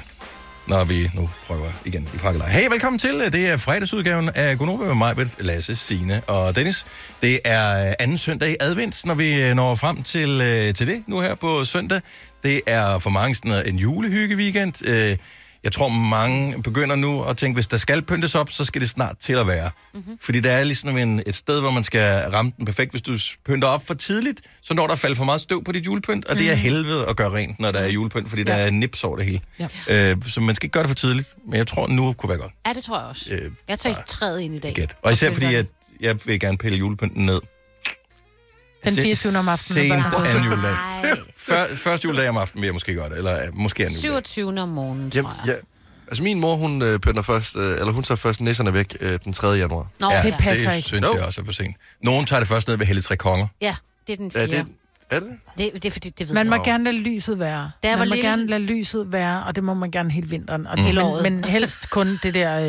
når vi nu prøver igen i pakkelej. Hey, velkommen til. Det er fredagsudgaven af Gunova med mig, med Lasse, Sine og Dennis. Det er øh, anden søndag i advent, når vi øh, når frem til, øh, til det nu her på søndag. Det er for mange sådan noget en julehyggeweekend. Øh, jeg tror, mange begynder nu at tænke, hvis der skal pyntes op, så skal det snart til at være. Mm-hmm. Fordi der er ligesom en, et sted, hvor man skal ramme den perfekt. Hvis du s- pynter op for tidligt, så når der falder for meget støv på dit julepynt, og det er helvede at gøre rent, når der er julepynt, fordi der er nips over det hele. Ja. Øh, så man skal ikke gøre det for tidligt, men jeg tror, nu kunne være godt. Ja, det tror jeg også. Øh, Jeg tager træet ind i dag. Gæt. Og især fordi, at jeg vil gerne pille julepynten ned. Den Se- 24. om aftenen. når børnene Seneste går i seng. anden juledag. Før, første juledag om aftenen vil jeg måske gøre det, eller øh, måske anden juledag. 27. om morgenen, tror Jamen, jeg. ja. Altså min mor, hun øh, pynter først, øh, eller hun tager først nisserne væk øh, den 3. januar. Nå, Ja, det ja. passer det ikke. synes jeg også er for sent. Nogen tager det først ned ved Hellig Tre Konger. Ja, det er den Ja, 4. det, Er det? Det, det er fordi, det ved Man må jeg. gerne lade lyset være. Da jeg man var må lille- gerne lade lyset være, og det må man gerne hele vinteren. Og Mm. Hele men, året. men helst kun det der, øh,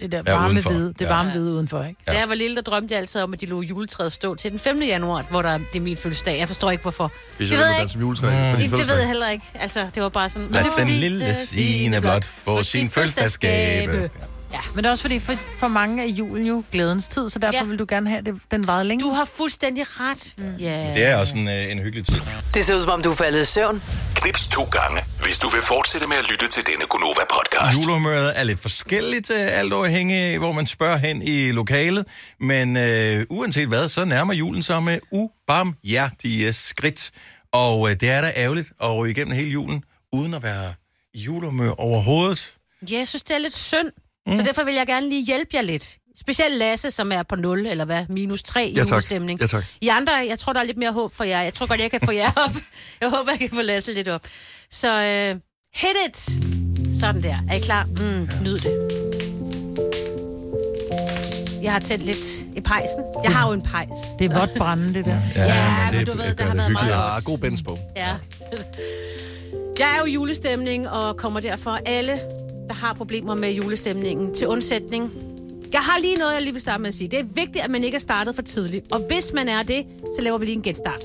det der Ja, varme udenfor. hvide, det Ja. varme hvide udenfor, ikke? Da jeg var lille, der drømte jeg altid om, at de lå juletræet stå til den 5. januar, hvor der, det er min fødselsdag. Jeg forstår ikke, hvorfor. Hvis det jeg ved vil jeg danse ikke. Mm. som juletræ Mm. på din Det, det ved fødselsdag. jeg heller ikke. Altså, det var bare sådan... Lad "Nå, den fordi, lille øh, Signe blot få sin fødselsdagsgave." Ja. Men det er også fordi, for, for mange er julen jo glædens tid, så derfor ja. vil du gerne have, at det, den varede længe. Du har fuldstændig ret. Mm. Yeah. Det er også en, øh, en hyggelig tid. Det ser ud som om, du er faldet i søvn. Knips to gange, hvis du vil fortsætte med at lytte til denne Gonova-podcast. Julehumøret er lidt forskelligt, øh, alt afhængig af, hvor man spørger hen i lokalet. Men øh, uanset hvad, så nærmer julen sig med ubarmhjertige skridt. Og øh, det er da ærgerligt at ryge igennem hele julen, uden at være i julehumør overhovedet. Ja, jeg synes, det er lidt synd. Mm. Så derfor vil jeg gerne lige hjælpe jer lidt. Specielt Lasse, som er på 0, eller hvad, minus 3 i Ja, tak. julestemning. Ja, tak. I andre, jeg tror, der er lidt mere håb for jer. Jeg tror godt, jeg kan få jer op. Jeg håber, jeg kan få Lasse lidt op. Så øh, hit it! Sådan der. Er I klar? Mm, nyd det. Jeg har tændt lidt i pejsen. Jeg har jo en pejs. Det så- er vådt brænde, det der. Ja, men men det du ved, gør der har det været hyggeligt. meget Ja, god bændspå. Ja. Jeg er jo i julestemning og kommer derfor alle, der har problemer med julestemningen, til undsætning. Jeg har lige noget, jeg lige vil starte med at sige. Det er vigtigt, at man ikke er startet for tidligt. Og hvis man er det, så laver vi lige en genstart.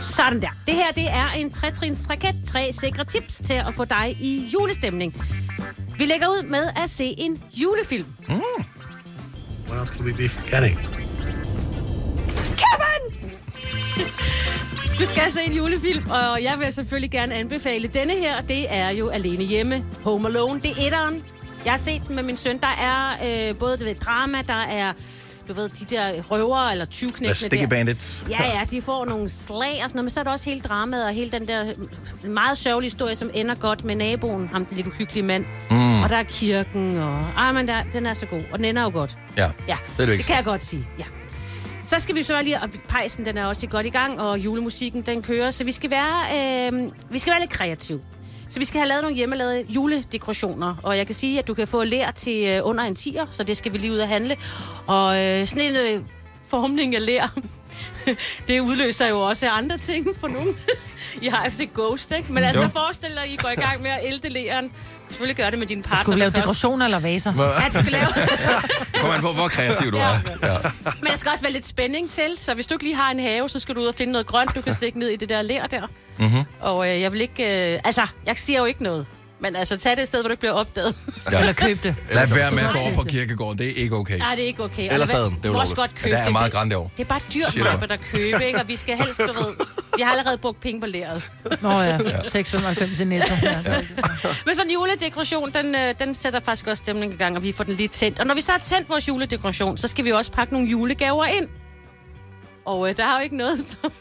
Sådan der. Det her, det er en 3-trins raket. Tre sikre tips til at få dig i julestemning. Vi lægger ud med at se en julefilm. What else could we be forgetting? Kevin! Du skal se en julefilm, og jeg vil selvfølgelig gerne anbefale denne her. Det er jo Alene Hjemme, Home Alone. Det er etteren. Jeg har set den med min søn. Der er øh, både du ved, drama, der er du ved, de der røvere eller tyvknægtene The Sticky Bandits. Ja, ja, de får nogle slag og sådan noget, men så er der også hele dramaet og hele den der øh, meget sørgelige historie, som ender godt med naboen, ham den lidt uhyggelige mand. Mm. Og der er kirken, og... Ej, men der, den er så god, og den ender jo godt. Ja, Ja, det er det det kan jeg godt sige, ja. Så skal vi så lige, og pejsen den er også godt i gang, og julemusikken den kører, så vi skal være, øh, vi skal være lidt kreative. Så vi skal have lavet nogle hjemmelavede juledekorationer, og jeg kan sige, at du kan få lær til øh, under en tiger, så det skal vi lige ud og handle. Og øh, sådan en øh, formning af lær, det udløser jo også andre ting for nogen. I har jo set Ghost, ikke? Men altså, Mm, Jo. forestil dig, at I går i gang med at elde læren. Selvfølgelig gør det med din partner. Skulle vi lave der kan også- dekorationer eller vaser? Ja, du skal lave... Kom an på, hvor kreativ du er. Ja. Men der skal også være lidt spænding til, så hvis du ikke lige har en have, så skal du ud og finde noget grønt, du kan stikke ned i det der lær der. Mm-hmm. Og øh, jeg vil ikke... Øh, altså, jeg siger jo ikke noget. Men altså, tag det et sted, hvor du ikke bliver opdaget. Ja. Eller køb det. Lad være med at gå over på kirkegården, det er ikke okay. Nej, det er ikke okay. Og Eller lad være- staden, det er må ulovligt. også godt købe Ja, der er meget grænt derovre. Det er bare dyrt, Shit, man at købe, ikke? Og vi skal helst, du ved... Vi har allerede brugt penge på læret. Nå ja, 6,95 i netto. Ja. Men sådan en juledekoration, den, øh, den sætter faktisk også stemning i gang, og vi får den lige tændt. Og når vi så har tændt vores juledekoration, så skal vi jo også pakke nogle julegaver ind. Og øh, der er jo ikke noget som,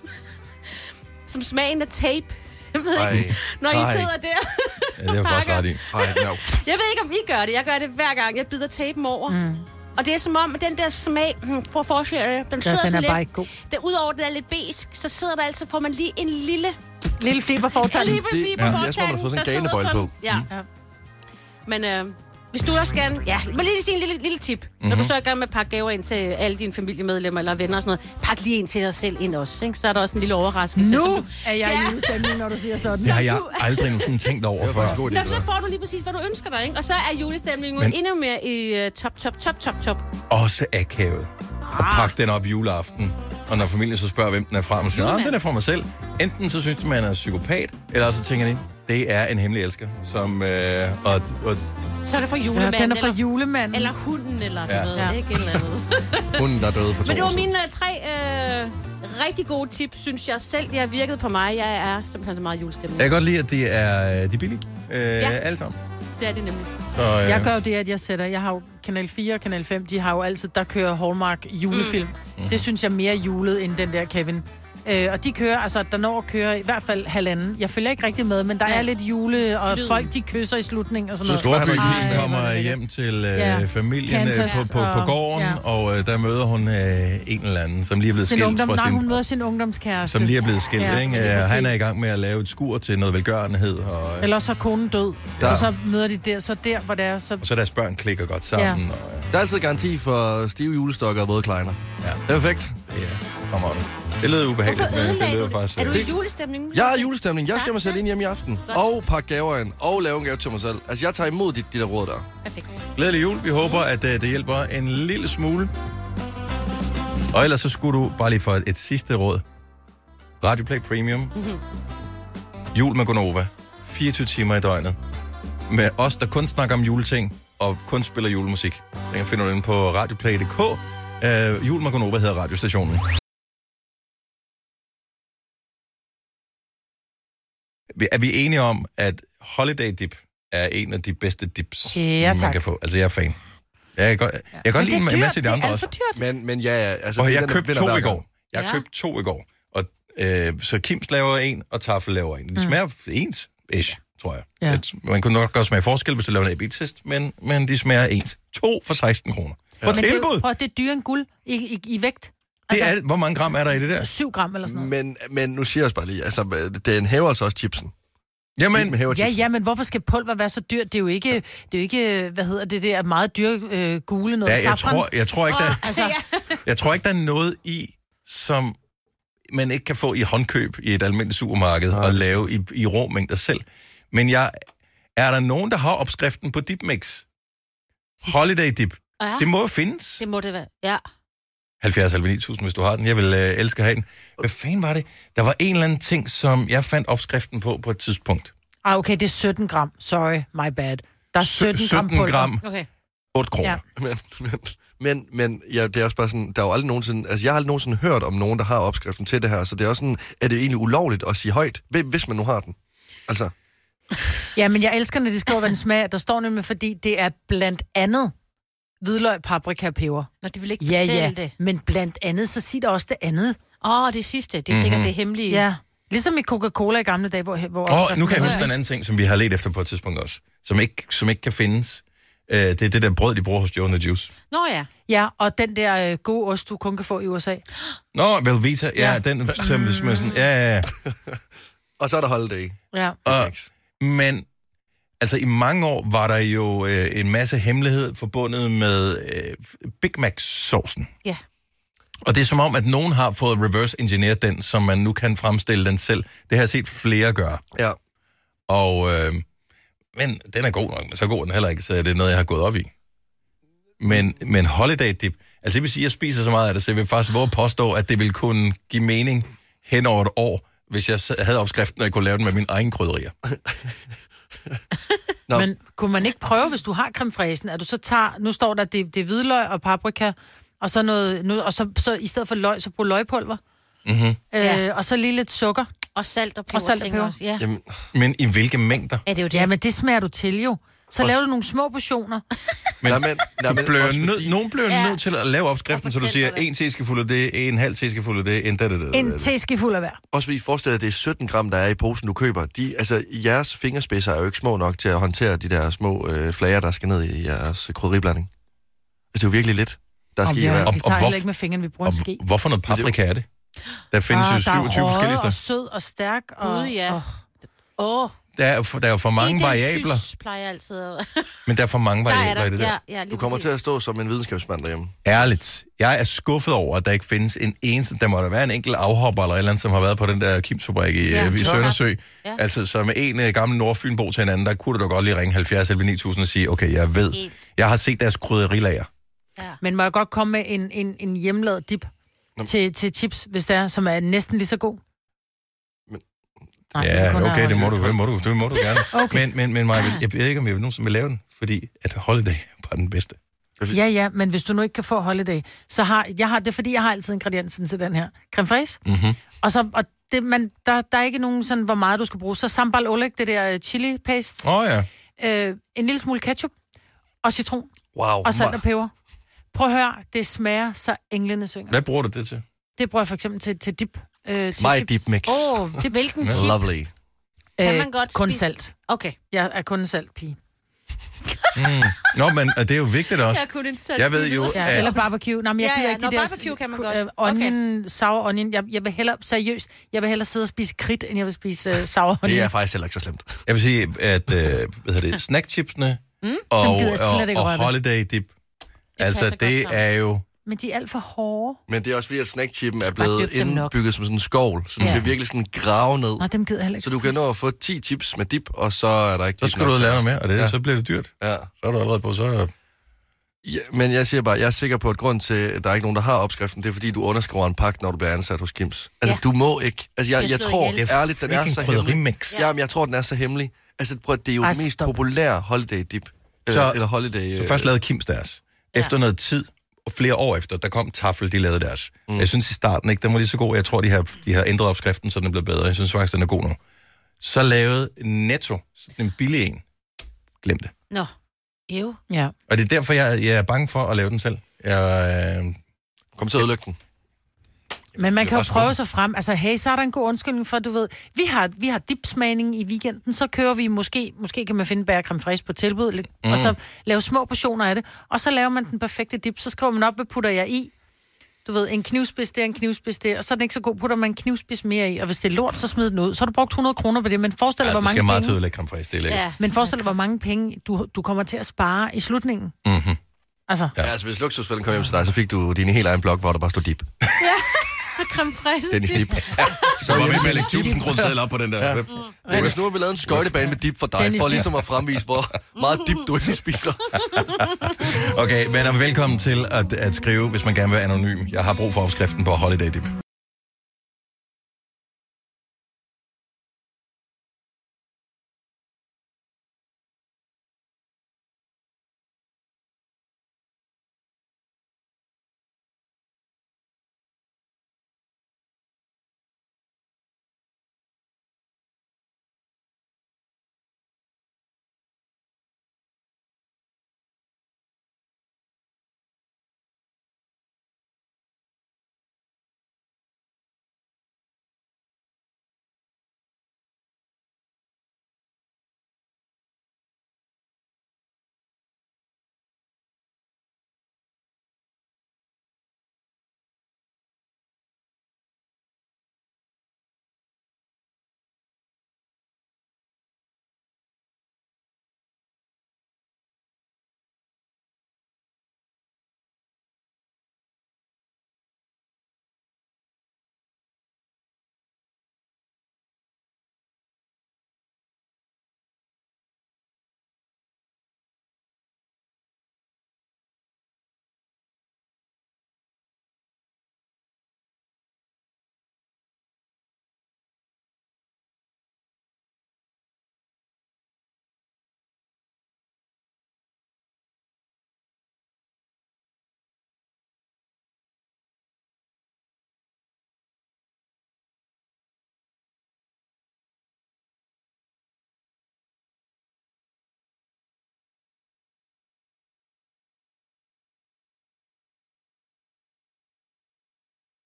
som smagen af tape. Jeg ved Ej. ikke, når I Nej. sidder der. Ja, det er faktisk ret i. Jeg ved ikke, om I gør det. Jeg gør det hver gang. Jeg bider tapen over. Mm. Og det er som om, at den der smag, hmm, prøv at forestille jer, det, den Ja, sidder den sådan er lidt. bare ikke god. Det, udover at den er lidt besk, så sidder der altid, får man lige en lille... Lille flip på fortanden. Lille Det- flip ja. på Det er som om, man har fået sådan en fortanden, der ganebøjle sidder sådan- Ja. Mm. Men øh, hvis du også gerne... Ja, men lige sige en lille, lille tip. Mm-hmm. Når du Mhm. så er i gang med at pakke gaver ind til alle dine familiemedlemmer eller venner og sådan noget, pak lige en til dig selv ind også. Ikke? Så er der også en lille overraskelse. Nu som du- er jeg i julestemning, når du siger sådan. Det har jeg aldrig nogensinde tænkt over før. Nå, så får du lige præcis, hvad du ønsker dig, ikke? Og så er julestemningen Men... Men- endnu mere i uh, top, top, top, top, top. Også akavet. Og Ah. pakke den op juleaften. Og når familien så spørger, hvem den er fra, man siger, "Nå, den er fra mig selv. Enten så synes de, man er psykopat, eller så tænker de, det er en hemmelig elsker. Som, øh, og, og, Så er det fra Ja, den julemanden. er fra julemanden. Eller hunden, eller du Ja. ja. ved, Ja. ja. ikke et eller andet. Hunden, der er døde for to Men det år var siden. mine uh, tre uh, rigtig gode tips, synes jeg selv. De har virket på mig. Jeg er simpelthen så meget julestemning. jeg kan godt lide, at det er, øh, de er billige. Øh, ja. Alle sammen. Det er det nemlig. Så, øh, Jeg gør jo det, at jeg sætter, jeg har jo Kanal 4 og Kanal 5, de har jo altid, der kører Hallmark julefilm. Mm. Mm. Det synes jeg er mere julet end den der Kevin. Øh, og de kører, altså der når at køre i hvert fald halvanden. Jeg følger ikke rigtig med, men der ja. er lidt jule, og Lyden. Lyden. folk de kysser i slutningen og sådan Så noget. storbyen Ej, hvor er kommer det hjem til øh, Ja. familien øh, Kansas på, på, på og- gården, ja. og øh, der møder hun øh, en eller anden, som lige er blevet sin skilt ungdom, fra nej, sin hun møder sin ungdomskæreste. som lige er blevet skilt, ja, ikke? lige Øh, Han er i præcis. gang med at lave et skur til noget velgørenhed, og, øh, Ellers så er konen død, Ja. ja. og så møder de der, så der, hvor det er, så... og så deres børn klikker godt sammen. Ja. Og, øh, Der er altid garanti for stive julestokker og våde kleiner. Ja. Perfekt. Ja, kommer Det lyder ubehageligt, Hvorfor men det ødelagde lyder du det? faktisk... Er du øh, i julestemningen? Jeg er i julestemning. Jeg skal mig selv ind hjem i aften. Og pakke gaver ind. Og lave en gave til mig selv. Altså, jeg tager imod dit, dit der råd der. Glædelig jul. Vi håber, at øh, det hjælper en lille smule. Og ellers så skulle du bare lige få et, et sidste råd. Radio Play Premium. Mm-hmm. Jul med Gonova. 24 timer i døgnet. Med os, der kun snakker om juleting og kun spiller julemusik. Den kan finde du inde på radioplay.dk. Uh, jul med Gonova hedder radiostationen. Vi- Er vi enige om, at Holiday Dip er en af de bedste dips, Ja, man tak. kan få? Altså, jeg er fan. Jeg kan godt, jeg kan godt lide en masse af de andre også. Men, men ja, altså... og det er jeg den, der købte vinder to hver i gang. går. Jeg Ja. købte to i går. Og, øh, så Kims laver en, og Tafel laver en. De smager ens, ish, tror jeg. Mm. Ja. Et, man kunne nok godt smage forskel, hvis du laver en AB-test, men, men de smager ens. To for 16 kroner. Ja. Men det, er Tilbud! jo- prøv, at- det er dyrere end guld i, i, i vægt. Altså- Det er, hvor mange gram er der i det der? 7 gram eller sådan noget. Men, men nu siger jeg også bare lige, altså, den hæver altså også chipsen. Jamen... Den hæver Ja, chipsen. ja, men hvorfor skal pulver være så dyrt? Det er jo ikke, det er jo ikke hvad hedder det der, meget dyr øh, gule noget Ja, jeg safran. tror- jeg tror ikke, der- Åh, altså, Jeg tror ikke, der er noget i, som man ikke kan få i håndkøb i et almindeligt supermarked og lave i, i rå mængder selv. Men jeg, er der nogen, der har opskriften på dipmix? Holiday dip. Ja. Det må jo findes. Det må det være. Ja. 70 11 9000, hvis du har den. Jeg vil øh, elske at have den. Hvad fanden var det? Der var en eller anden ting, som jeg fandt opskriften på på et tidspunkt. ah, okay, det er 17 gram. Sorry, my bad. Der er 17, 17 gram pulver. gram. Okay. 8 kroner. Ja. Men, men, men, men ja, det er også bare sådan, der er jo aldrig nogensinde, altså jeg har aldrig nogensinde hørt om nogen, der har opskriften til det her, så det er også sådan, er det egentlig ulovligt at sige højt, hvi- hvis man nu har den? Altså, Ja, men jeg elsker, når de skriver, hvad den smager. Der står nemlig, fordi det er blandt andet hvidløg, paprika og peber. Nå, de vil ikke Ja, fortælle ja, det. men blandt andet, så sig der også det andet. Åh, oh, det sidste. Det er sikkert Mhm. det hemmelige. Ja, ligesom i Coca-Cola i gamle dage, hvor... hvor Åh, oh, nu kan jeg huske Ja. en anden ting, som vi har let efter på et tidspunkt også, som ikke, som ikke kan findes. Øh, det er det der brød, de bruger hos Joe and the Juice. Nå ja. Ja, og den der øh, gode ost, du kun kan få i USA. Nå, Velveeta, ja, ja. den som, som er sådan, ja, ja, ja. og så er der holiday. Ja. Og, men altså i mange år var der jo øh, en masse hemmelighed forbundet med øh, Big Mac-saucen. Ja. Og det er som om, at nogen har fået reverse engineer den, så man nu kan fremstille den selv. Det har jeg set flere gøre. Ja. Og, øh, men den er god nok, men så god er den heller ikke, så det er noget, jeg har gået op i. Men, men holiday dip, altså det vil sige, at jeg spiser så meget af det, så jeg vil faktisk våge at påstå, at det ville kunne give mening hen over et år, hvis jeg s- havde opskriften, og jeg kunne lave den med mine egne krydderier. Nå. Men kunne man ikke prøve, hvis du har creme fraisen, at du så tager... Nu står der, det, det er hvidløg og paprika, og så noget... Nu, og så, så i stedet for løg, så brug løgpulver. Mm-hmm. Ja. Øh, og så lige lidt sukker. Og salt og peber, Og salt og tænker jeg peber. også, ja. Jamen. Men i hvilke mængder? Ja, det er jo det. Ja, men det smager du til jo. Så Og- laver du nogle små portioner. Men, nej, men, nej, men men bliver også nød, nogen bliver Ja. ja. nødt til at lave opskriften, så du siger, en teskefuld af det, en halv teskefuld af det, en da, da, da, da, da. En teskefuld af hver. Også fordi forestiller, at det er 17 gram, der er i posen, du køber. De, altså, jeres fingerspidser er jo ikke små nok til at håndtere de der små øh, flager, der skal ned i jeres krydderiblanding. Altså, det er jo virkelig lidt. Der skal vi, i har- være. vi tager heller ikke med fingeren, vi bruger en ske. Hvorfor noget paprika er det? Der findes Ah, jo 27 der er forskellige røget og steder. sød og stærk. Og, Gud, ja. Og, Åh. Der er, jo for- der er jo for mange variabler, Synes, plejer jeg altid at... men der er for mange Der er variabler der. i det der. Ja, ja, lige du kommer præcis. til at stå som en videnskabsmand derhjemme. Ærligt, jeg er skuffet over, at der ikke findes en eneste, der må da være en enkelt afhopper eller et eller andet, som har været på den der Kimsfabrik i, Ja, ja, i tak. Søndersø. Ja. Ja. Altså, som en uh, gammel nordfynbo til en anden, der kunne du da godt lige ringe 70 11 9000 og sige, okay, jeg ved, jeg har set deres krydderilager. Men må jeg godt komme med en, en, en hjemmelavet dip til, til chips, hvis der er, som er næsten lige så god? Nej, det ja, kun er okay, det må, højt. du, det må du, det må du gerne. Okay. Men, men, men Maja, jeg ved ikke, om jeg nogensinde vil lave den, fordi at Holiday er bare den bedste. Ja, ja, men hvis du nu ikke kan få holiday, så har jeg har det, er fordi jeg har altid ingrediensen til den her. Creme fraise. Mm-hmm. Og, så, og det, man, der, der er ikke nogen sådan, hvor meget du skal bruge. Så sambal oleg, det der øh, chili paste. Åh oh, ja. Øh, en lille smule ketchup og citron Wow. og salt Ma- og peber. Prøv at høre, det smager, så englene synger. Hvad bruger du det til? Det bruger jeg for eksempel til, til dip. Øh, til My chips. dip mix. Åh, oh, det er hvilken chip? Øh, Lovely. Kan man godt kun spise- salt. Okay. Jeg er kun en saltpige. Mm. Nå, men og det er jo vigtigt også. Jeg er kun en salt Jeg ved jo, Ja, eller at... barbecue. Nej, men jeg Ja, gider ja, ikke nå, de der... barbecue kan man godt. øh, Onion, okay. sour onion. Jeg, jeg vil hellere, seriøst, jeg vil hellere sidde og spise kridt, end jeg vil spise uh, sour onion. Det er faktisk heller ikke så slemt. Jeg vil sige, at øh, hvad hedder det, snackchipsene Mm, dem og, gider jeg slet og, ikke og røre ved. holiday dip altså, det er jo... Men de er alt for hårde. Men det er også fordi, at snackchippen er skal bare blevet dyppe dem nok. indbygget som sådan en skovl, så du Ja. kan virkelig sådan grave ned. Nej, dem gider jeg heller ikke Så du kan nå at få 10 chips med dip, og så er der ikke Så dip skal nok du ud og til lave noget resten. mere, og det, Ja. så bliver det dyrt. Ja. Så er du allerede på, så... Ja, men jeg siger bare, jeg er sikker på, at grund til, at der er ikke nogen, der har opskriften, det er fordi, du underskriver en pakke, når du bliver ansat hos Kims. Altså, ja. du må ikke. Altså, jeg, Det er jeg slået tror ihjel. Det er ærligt, den er freaking så hemmelig. krydderimix. Ja. Jamen, jeg tror, den er så hemmelig. Altså, prøv, at det er jo Ej, Ej, mest stop. populære holiday dip. Så, Så- eller holiday... øh, Så først lavede Kims deres. Efter noget tid, og flere år efter, der kom Tafel, de lavede deres. Mm. Jeg synes i starten ikke, den var lige så god. Jeg tror, de har, de har ændret opskriften, så den blev bedre. Jeg synes faktisk, den er god nu. Så lavede Netto sådan en billig en. Glem det. Nå, ev. Ja. Og det er derfor, jeg, jeg er bange for at lave den selv. Jeg, øh... Kom til at ødelægge den. Men man det kan var jo prøve sådan. sig frem. Altså, hey, så er der en god undskyldning for, du ved, vi har, vi har dipsmagning i weekenden, så kører vi måske, måske kan man finde bær creme fraiche på tilbud, Mhm. mm. Mm. og så lave små portioner af det, og så laver man den perfekte dip, så skriver man op, hvad putter jeg i? Du ved, en knivspids der, en knivspids der, og så er den ikke så god, putter man en knivspids mere i, og hvis det er lort, så smid den ud. Så har du brugt 100 kroner på det, men forestil dig, Ja, hvor du mange skal meget til at penge... ødelægge creme fraiche, det er lækkert. Men forestil dig, hvor mange penge du, du kommer til at spare i slutningen. Mm-hmm. Altså. Ja. altså, hvis luksusfælden kom hjem til dig, så fik du din helt egen blog, hvor der bare stod dip. Creme fraiche. Dennis Dip. Så var vi med at lægge 1000 kroner op på den der. Ja. Ja. Hvis nu har vi lavet en skøjtebane med dip for dig, Dennis for Dip. ligesom at fremvise, hvor meget dip du egentlig spiser. Okay, men er velkommen til at, at skrive, hvis man gerne vil være anonym. Jeg har brug for opskriften på Holiday Dip.